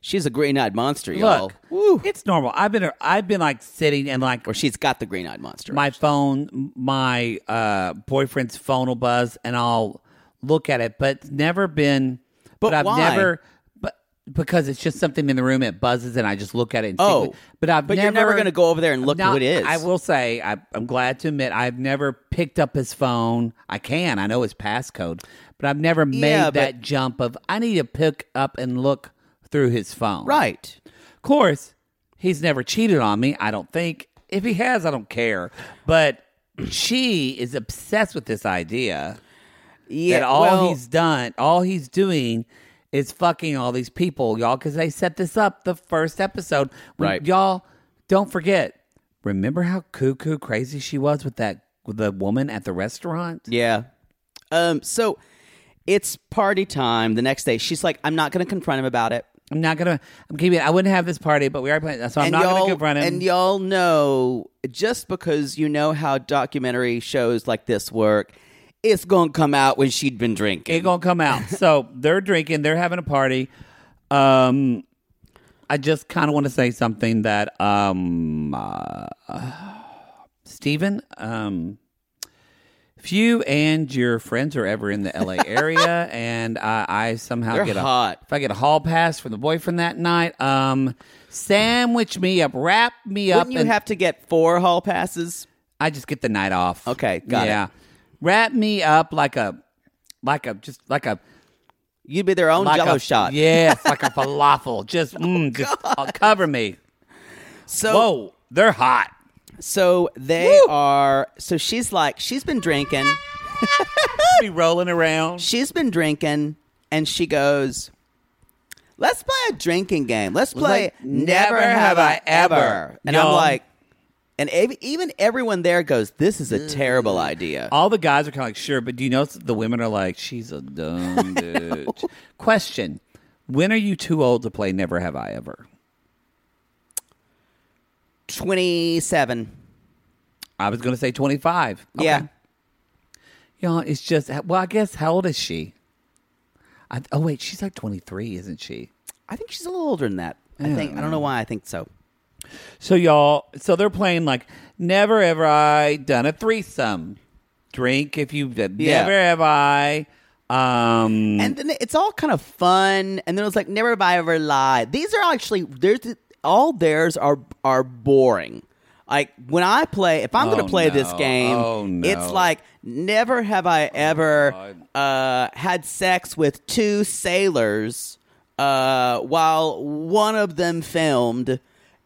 Speaker 3: she's a green-eyed monster, y'all.
Speaker 4: Look, it's normal. I've been I've been like sitting and like
Speaker 3: or she's got the green-eyed monster.
Speaker 4: My phone, my uh, boyfriend's phone will buzz, and I'll look at it, but it's never been. But, I've
Speaker 3: why?
Speaker 4: never. But because it's just something in the room, it buzzes, and I just look at it. And
Speaker 3: Oh,
Speaker 4: think, but I've
Speaker 3: but
Speaker 4: never,
Speaker 3: you're never going to go over there and look
Speaker 4: Now,
Speaker 3: who it is.
Speaker 4: I will say, I, I'm glad to admit, I've never picked up his phone. I can, I know his passcode, but I've never made
Speaker 3: Yeah, but-
Speaker 4: that jump of I need to pick up and look through his phone.
Speaker 3: Right.
Speaker 4: Of course, he's never cheated on me. I don't think. If he has, I don't care. But she is obsessed with this idea
Speaker 3: Yeah,
Speaker 4: that all
Speaker 3: well-
Speaker 4: he's done, all he's doing is fucking all these people, y'all, because they set this up the first episode. We-
Speaker 3: Right.
Speaker 4: Y'all, don't forget. Remember how cuckoo crazy she was with that with the woman at the restaurant?
Speaker 3: Yeah. Um. So it's party time. The next day, she's like, "I'm not going to confront him about it."
Speaker 4: I'm not gonna. I'm keeping. I wouldn't have this party, but we are playing. So I'm
Speaker 3: and
Speaker 4: not
Speaker 3: y'all
Speaker 4: gonna confront him.
Speaker 3: and y'all know just because you know how documentary shows like this work, it's gonna come out when she'd been drinking.
Speaker 4: It gonna come out. so they're drinking. They're having a party. Um, I just kind of want to say something that um, uh, Stephen, um, if you and your friends are ever in the LA area, and I, I somehow
Speaker 3: They're
Speaker 4: get a
Speaker 3: hot.
Speaker 4: if I get a hall pass from the boyfriend that night, um, sandwich me up, wrap me up,
Speaker 3: Wouldn't you
Speaker 4: and
Speaker 3: have to get four hall passes?
Speaker 4: I just get the night off.
Speaker 3: Okay, got
Speaker 4: yeah,
Speaker 3: it.
Speaker 4: wrap me up like a, like a, just like a.
Speaker 3: You'd be their own
Speaker 4: like
Speaker 3: jello
Speaker 4: a,
Speaker 3: shot. Oh,
Speaker 4: Yes, like a falafel. Just, mm, just uh, cover me.
Speaker 3: So
Speaker 4: Whoa, they're hot.
Speaker 3: so they are so she's like she's been drinking.
Speaker 4: Be rolling around.
Speaker 3: She's been drinking and she goes Let's play a drinking game. Let's play
Speaker 4: like,
Speaker 3: Never Have I Ever. And I'm
Speaker 4: Y'all.
Speaker 3: like, and ev- even everyone there goes, This is a terrible idea.
Speaker 4: All the guys are kind of like, sure, but do you know the women are like, she's a dumb bitch. Question: When are you too old to play Never Have I Ever?
Speaker 3: 27.
Speaker 4: I was going to say twenty five.
Speaker 3: Yeah.
Speaker 4: y'all, it's just well, I guess how old is she? I, oh wait, she's like twenty three, isn't she?
Speaker 3: I think she's a little older than that. I
Speaker 4: Yeah.
Speaker 3: think. I don't know why I think so.
Speaker 4: So y'all, so they're playing like never have I done a threesome. Drink if you never have I. Um,
Speaker 3: And then it's all kind of fun. And then it was like, Never Have I Ever Lied. These are actually, there's all theirs are are boring. Like when I play, if I'm going
Speaker 4: Oh,
Speaker 3: to play this
Speaker 4: no.
Speaker 3: game,
Speaker 4: Oh, no. Oh,
Speaker 3: it's like never have I ever uh, had sex with two sailors uh, while one of them filmed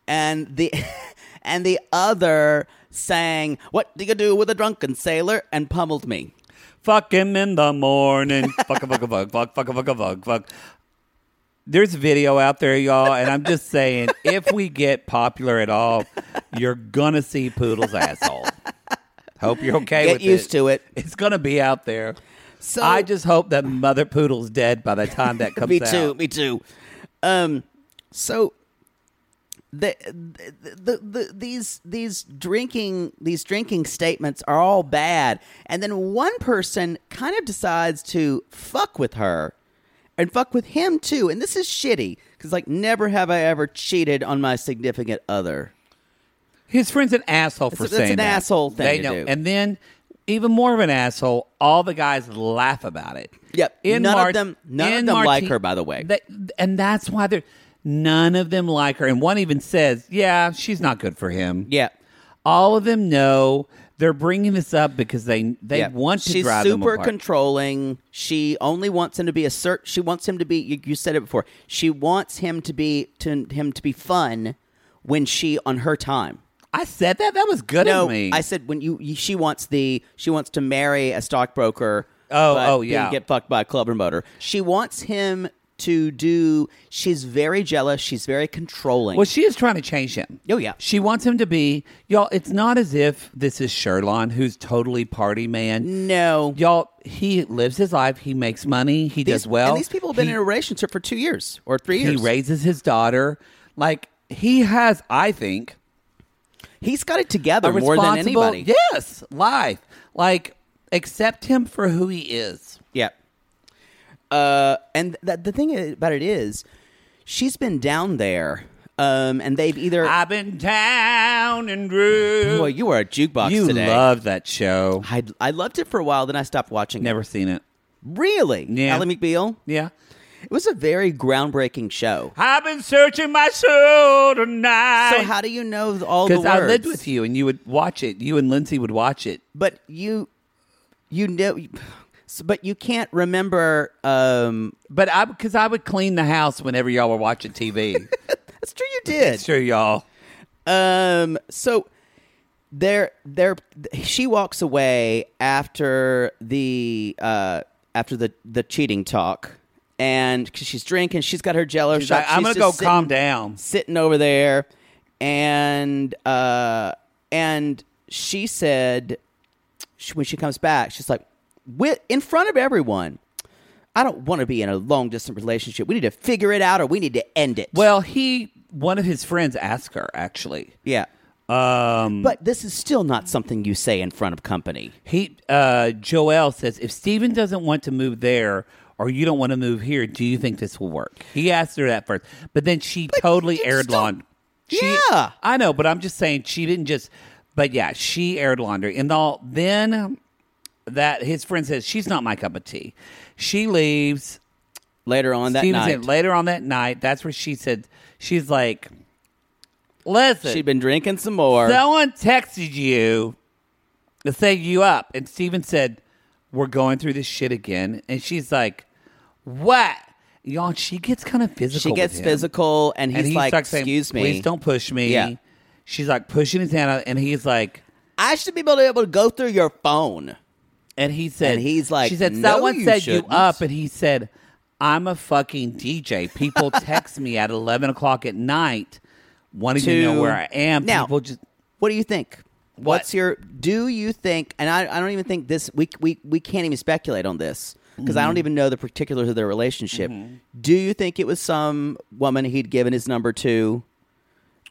Speaker 3: and the and the other sang "What do you do with a drunken sailor?" and pummeled me.
Speaker 4: fuck him in the morning. fuck a fuck a fuck fuck fuck a fuck a fuck fuck. There's video out there, y'all, and I'm just saying, if we get popular at all, you're gonna see Poodle's asshole. Hope you're okay.
Speaker 3: Get
Speaker 4: with
Speaker 3: used to it.
Speaker 4: It's gonna be out there.
Speaker 3: So
Speaker 4: I just hope that Mother Poodle's dead by the time that comes
Speaker 3: me
Speaker 4: out.
Speaker 3: too me too um so the, the, the the these these drinking these drinking statements are all bad and then one person kind of decides to fuck with her and fuck with him too and this is shitty because like never have i ever cheated on my significant other
Speaker 4: His friend's an asshole for
Speaker 3: It's- it's
Speaker 4: saying
Speaker 3: an
Speaker 4: that.
Speaker 3: asshole thing
Speaker 4: They
Speaker 3: to do.
Speaker 4: know- And then, even more of an asshole, all the guys laugh about it.
Speaker 3: Yep. None of
Speaker 4: Mar-
Speaker 3: them- none of
Speaker 4: in
Speaker 3: them like
Speaker 4: Marti-
Speaker 3: her, by the way.
Speaker 4: They- and that's why they're none of them like her. And one even says, "Yeah, she's not good for him."
Speaker 3: yeah
Speaker 4: All of them know they're bringing this up because they they
Speaker 3: Yeah.
Speaker 4: want to
Speaker 3: She's
Speaker 4: drive them
Speaker 3: super
Speaker 4: apart.
Speaker 3: controlling. She only wants him to be a cert. She wants him to be. You, you said it before. She wants him to be to him to be fun when she on her time.
Speaker 4: I said that. That was good
Speaker 3: no,
Speaker 4: of me.
Speaker 3: I said when you, you. She wants the. She wants to marry a stockbroker.
Speaker 4: Oh,
Speaker 3: but
Speaker 4: oh,
Speaker 3: then
Speaker 4: yeah.
Speaker 3: Get fucked by a club promoter. She wants him to do. She's very jealous. She's very controlling.
Speaker 4: Well, she is trying to change him.
Speaker 3: Oh, yeah.
Speaker 4: She wants him to be y'all. It's not as if this is Sherlon, who's totally party man.
Speaker 3: no.
Speaker 4: Y'all, he lives his life. He makes money. He
Speaker 3: These-
Speaker 4: does well.
Speaker 3: And these people have been
Speaker 4: He-
Speaker 3: in a relationship for two years or three
Speaker 4: He
Speaker 3: years.
Speaker 4: raises his daughter. Like he has, I think,
Speaker 3: He's got it together
Speaker 4: a
Speaker 3: more than
Speaker 4: responsible.
Speaker 3: anybody.
Speaker 4: Yes, life. Like accept him for who he is.
Speaker 3: Yeah. Uh, and th- the thing about it is, she's been down there, um, and they've either
Speaker 4: I've been down and rude.
Speaker 3: Well, you were a jukebox.
Speaker 4: You
Speaker 3: today.
Speaker 4: loved that show.
Speaker 3: I I loved it for a while, then I stopped watching.
Speaker 4: Never seen it.
Speaker 3: Really?
Speaker 4: Yeah.
Speaker 3: Ally McBeal.
Speaker 4: Yeah.
Speaker 3: It was a very groundbreaking show.
Speaker 4: I've been searching my soul tonight.
Speaker 3: So how do you know all the
Speaker 4: Because
Speaker 3: words?
Speaker 4: I lived with you and you would watch it. You and Lindsay would watch it.
Speaker 3: but you, you know, so- but you can't remember. Um,
Speaker 4: But I because I would clean the house whenever y'all were watching TV.
Speaker 3: that's true. You did.
Speaker 4: Sure, y'all.
Speaker 3: Um. So there, there, she walks away after the uh after the the cheating talk, and cause she's drinking, she's got her Jello
Speaker 4: She's
Speaker 3: shot.
Speaker 4: like, I'm
Speaker 3: she's
Speaker 4: gonna go
Speaker 3: just sitting-
Speaker 4: calm down.
Speaker 3: sitting over there, and uh and she said she, when she comes back, she's like, with, in front of everyone. I don't want to be in a long distance relationship. We need to figure it out, or we need to end it.
Speaker 4: Well, he one of his friends asked her actually.
Speaker 3: yeah.
Speaker 4: Um,
Speaker 3: But this is still not something you say in front of company.
Speaker 4: he uh, Joel says if Steven doesn't want to move there or you don't want to move here, do you think this will work? He asked her that first, but then she totally
Speaker 3: you
Speaker 4: aired
Speaker 3: still-
Speaker 4: laundry. She,
Speaker 3: Yeah.
Speaker 4: I know, but I'm just saying she didn't just. But yeah, she aired laundry, and all then that his friend says she's not my cup of tea. She leaves.
Speaker 3: Later on that
Speaker 4: Steven
Speaker 3: night,
Speaker 4: said later on that night. That's where she said she's like, listen,
Speaker 3: she'd been drinking some more.
Speaker 4: Someone texted you to say you up, and Steven said, We're going through this shit again. And she's like, What? Y'all, she gets kind of physical.
Speaker 3: she
Speaker 4: with
Speaker 3: gets
Speaker 4: him.
Speaker 3: physical, and he's
Speaker 4: and he
Speaker 3: like,
Speaker 4: starts saying,
Speaker 3: "Excuse me,
Speaker 4: Please don't push me.
Speaker 3: Yeah.
Speaker 4: She's like pushing his hand out, and he's like,
Speaker 3: I should be able to, able to go through your phone."
Speaker 4: And he said,
Speaker 3: And he's like,
Speaker 4: She said,
Speaker 3: "No,
Speaker 4: Someone
Speaker 3: you
Speaker 4: said
Speaker 3: shouldn't."
Speaker 4: you up. And he said, I'm a fucking DJ. People text me at 11 o'clock at night wanting to, know
Speaker 3: To-
Speaker 4: where I am.
Speaker 3: Now-
Speaker 4: People just.
Speaker 3: What do you think? What's your? Do you think? And I, I don't even think this. We we we can't even speculate on this because
Speaker 4: Mm-hmm.
Speaker 3: I don't even know the particulars of their relationship. Do you think it was some woman he'd given his number to?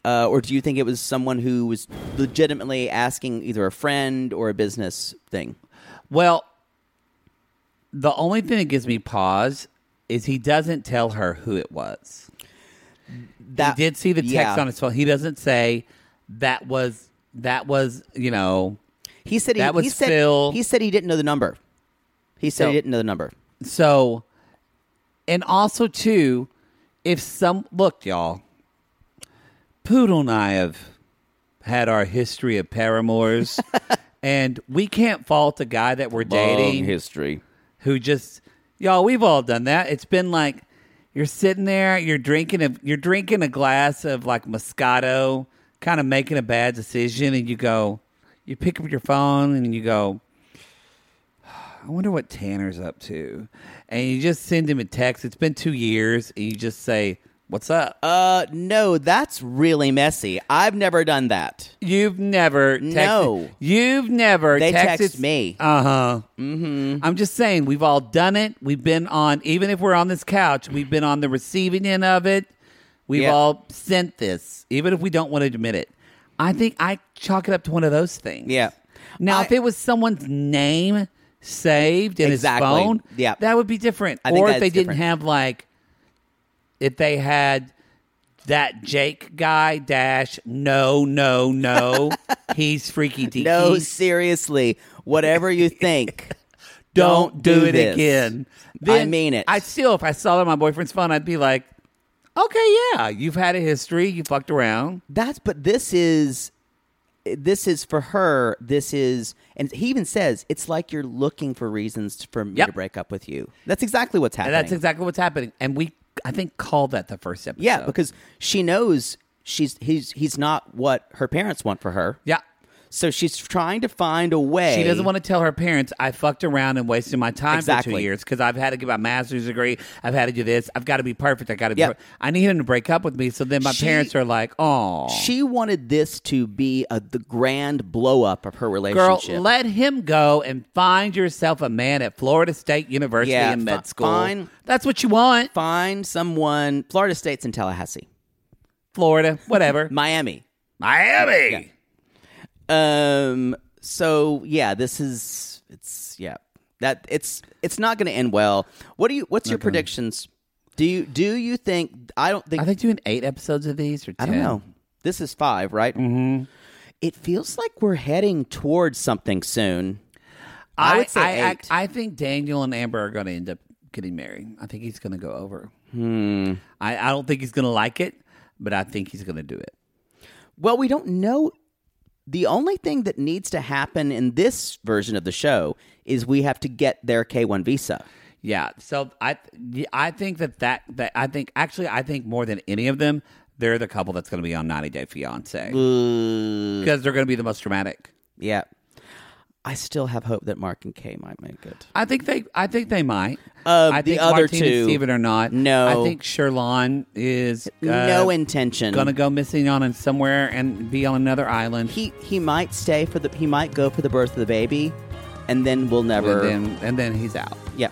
Speaker 3: Uh, or do you think it was someone who was legitimately asking either a friend or a business thing?
Speaker 4: Well, the only thing that gives me pause is he doesn't tell her who it was.
Speaker 3: That
Speaker 4: He did see the text
Speaker 3: yeah.
Speaker 4: on his phone. He doesn't say that was that was you know.
Speaker 3: He said he,
Speaker 4: That was
Speaker 3: he said,
Speaker 4: Phil.
Speaker 3: He said he didn't know the number. He said
Speaker 4: So-
Speaker 3: he didn't know the number.
Speaker 4: So, and also too, if some look y'all, Poodle and I have had our history of paramours, and we can't fault a guy that we're dating
Speaker 3: history.
Speaker 4: who just y'all we've all done that it's been like you're sitting there you're drinking a you're drinking a glass of like moscato kind of making a bad decision and you go you pick up your phone and you go i wonder what tanner's up to and you just send him a text it's been two years and you just say what's up
Speaker 3: Uh, no, that's really messy. I've never done that.
Speaker 4: You've never texted.
Speaker 3: No.
Speaker 4: You've never
Speaker 3: They
Speaker 4: texted
Speaker 3: text me.
Speaker 4: Uh huh. Mm-hmm. I'm just saying, we've all done it. We've been on, even if we're on this couch, we've been on the receiving end of it. We've
Speaker 3: Yeah.
Speaker 4: all sent this, even if we don't want to admit it. I think I chalk it up to one of those things.
Speaker 3: Yeah.
Speaker 4: Now,
Speaker 3: I-
Speaker 4: if it was someone's name saved in
Speaker 3: Exactly.
Speaker 4: his phone,
Speaker 3: Yeah.
Speaker 4: that would be different.
Speaker 3: I think
Speaker 4: or if
Speaker 3: that's
Speaker 4: they
Speaker 3: different.
Speaker 4: didn't have like, if they had that Jake guy dash no no no he's freaky deaky
Speaker 3: No, seriously. Whatever you think,
Speaker 4: don't do it
Speaker 3: this.
Speaker 4: again
Speaker 3: I mean it.
Speaker 4: I still if I saw it on my boyfriend's phone I'd be like okay yeah you've had a history you fucked around
Speaker 3: That's but this is this is for her. This is and he even says it's like you're looking for reasons for me
Speaker 4: Yep.
Speaker 3: to break up with you. That's exactly what's happening.
Speaker 4: and that's exactly what's happening and we I think called that the first episode
Speaker 3: Yeah, because she knows she's he's he's not what her parents want for her.
Speaker 4: yeah
Speaker 3: So she's trying to find a way.
Speaker 4: She doesn't want to tell her parents I fucked around and wasted my time for
Speaker 3: Exactly.
Speaker 4: two years because I've had to get my master's degree. I've had to do this. I've got to be perfect. I got to be.
Speaker 3: Yep.
Speaker 4: per- I need him to break up with me. So then my
Speaker 3: She-
Speaker 4: parents are like, "Oh,
Speaker 3: She wanted this to be a, the grand blow up of her
Speaker 4: girl,
Speaker 3: relationship.
Speaker 4: let him go and find yourself a man at Florida State University
Speaker 3: Yeah,
Speaker 4: in med
Speaker 3: fi-
Speaker 4: school.
Speaker 3: fine.
Speaker 4: That's what you want,
Speaker 3: find someone. Florida State's in Tallahassee,
Speaker 4: Florida, whatever,
Speaker 3: Miami.
Speaker 4: Miami."
Speaker 3: Um. So yeah, this is it's yeah. That it's it's not going to end well. What do you? What's your predictions? Do you do you think? I don't think. Are they
Speaker 4: doing eight episodes of these or?
Speaker 3: I don't
Speaker 4: 10?
Speaker 3: know. This is five, right? Mm-hmm. It feels like we're heading towards something soon. I, would say
Speaker 4: I,
Speaker 3: eight.
Speaker 4: I think Daniel and Amber are going to end up getting married. I think he's going to go over.
Speaker 3: Hmm.
Speaker 4: I, I don't think he's going to like it, but I think he's going to do it.
Speaker 3: Well, we don't know. The only thing that needs to happen in this version of the show is we have to get their K one visa.
Speaker 4: Yeah. So I yeah, I think that, that that I think actually I think more than any of them, they're the couple that's going to be on 90 Day Fiance
Speaker 3: Mm.
Speaker 4: because they're going to be the most dramatic.
Speaker 3: Yeah. I still have hope that Mark and Kay might make it.
Speaker 4: I think they I think they might.
Speaker 3: Uh,
Speaker 4: I
Speaker 3: the
Speaker 4: think
Speaker 3: other
Speaker 4: Martine and
Speaker 3: two,
Speaker 4: Steven are not.
Speaker 3: no.
Speaker 4: I think Sherlon is uh,
Speaker 3: no intention.
Speaker 4: Going to go missing on and somewhere and be on another island.
Speaker 3: He he might stay for the he might go for the birth of the baby, and then we'll never.
Speaker 4: And then, and then he's out.
Speaker 3: yeah.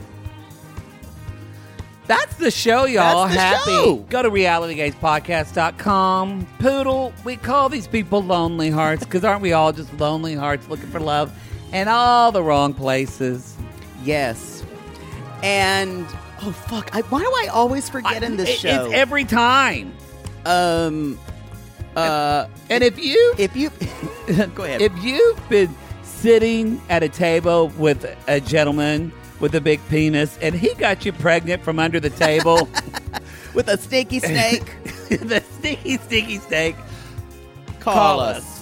Speaker 4: That's the show, y'all.
Speaker 3: That's the
Speaker 4: Happy.
Speaker 3: show.
Speaker 4: Go to realitygazepodcast.com. Poodle, we call these people lonely hearts because aren't we all just lonely hearts looking for love in all the wrong places?
Speaker 3: Yes. And oh fuck! I, why do I always forget in this
Speaker 4: It-
Speaker 3: show?
Speaker 4: It's every time.
Speaker 3: um. Uh.
Speaker 4: And if you
Speaker 3: If you go ahead.
Speaker 4: if you've been sitting at a table with a gentleman with a big penis and he got you pregnant from under the table
Speaker 3: with a stinky snake,
Speaker 4: the stinky stinky snake
Speaker 3: call, us.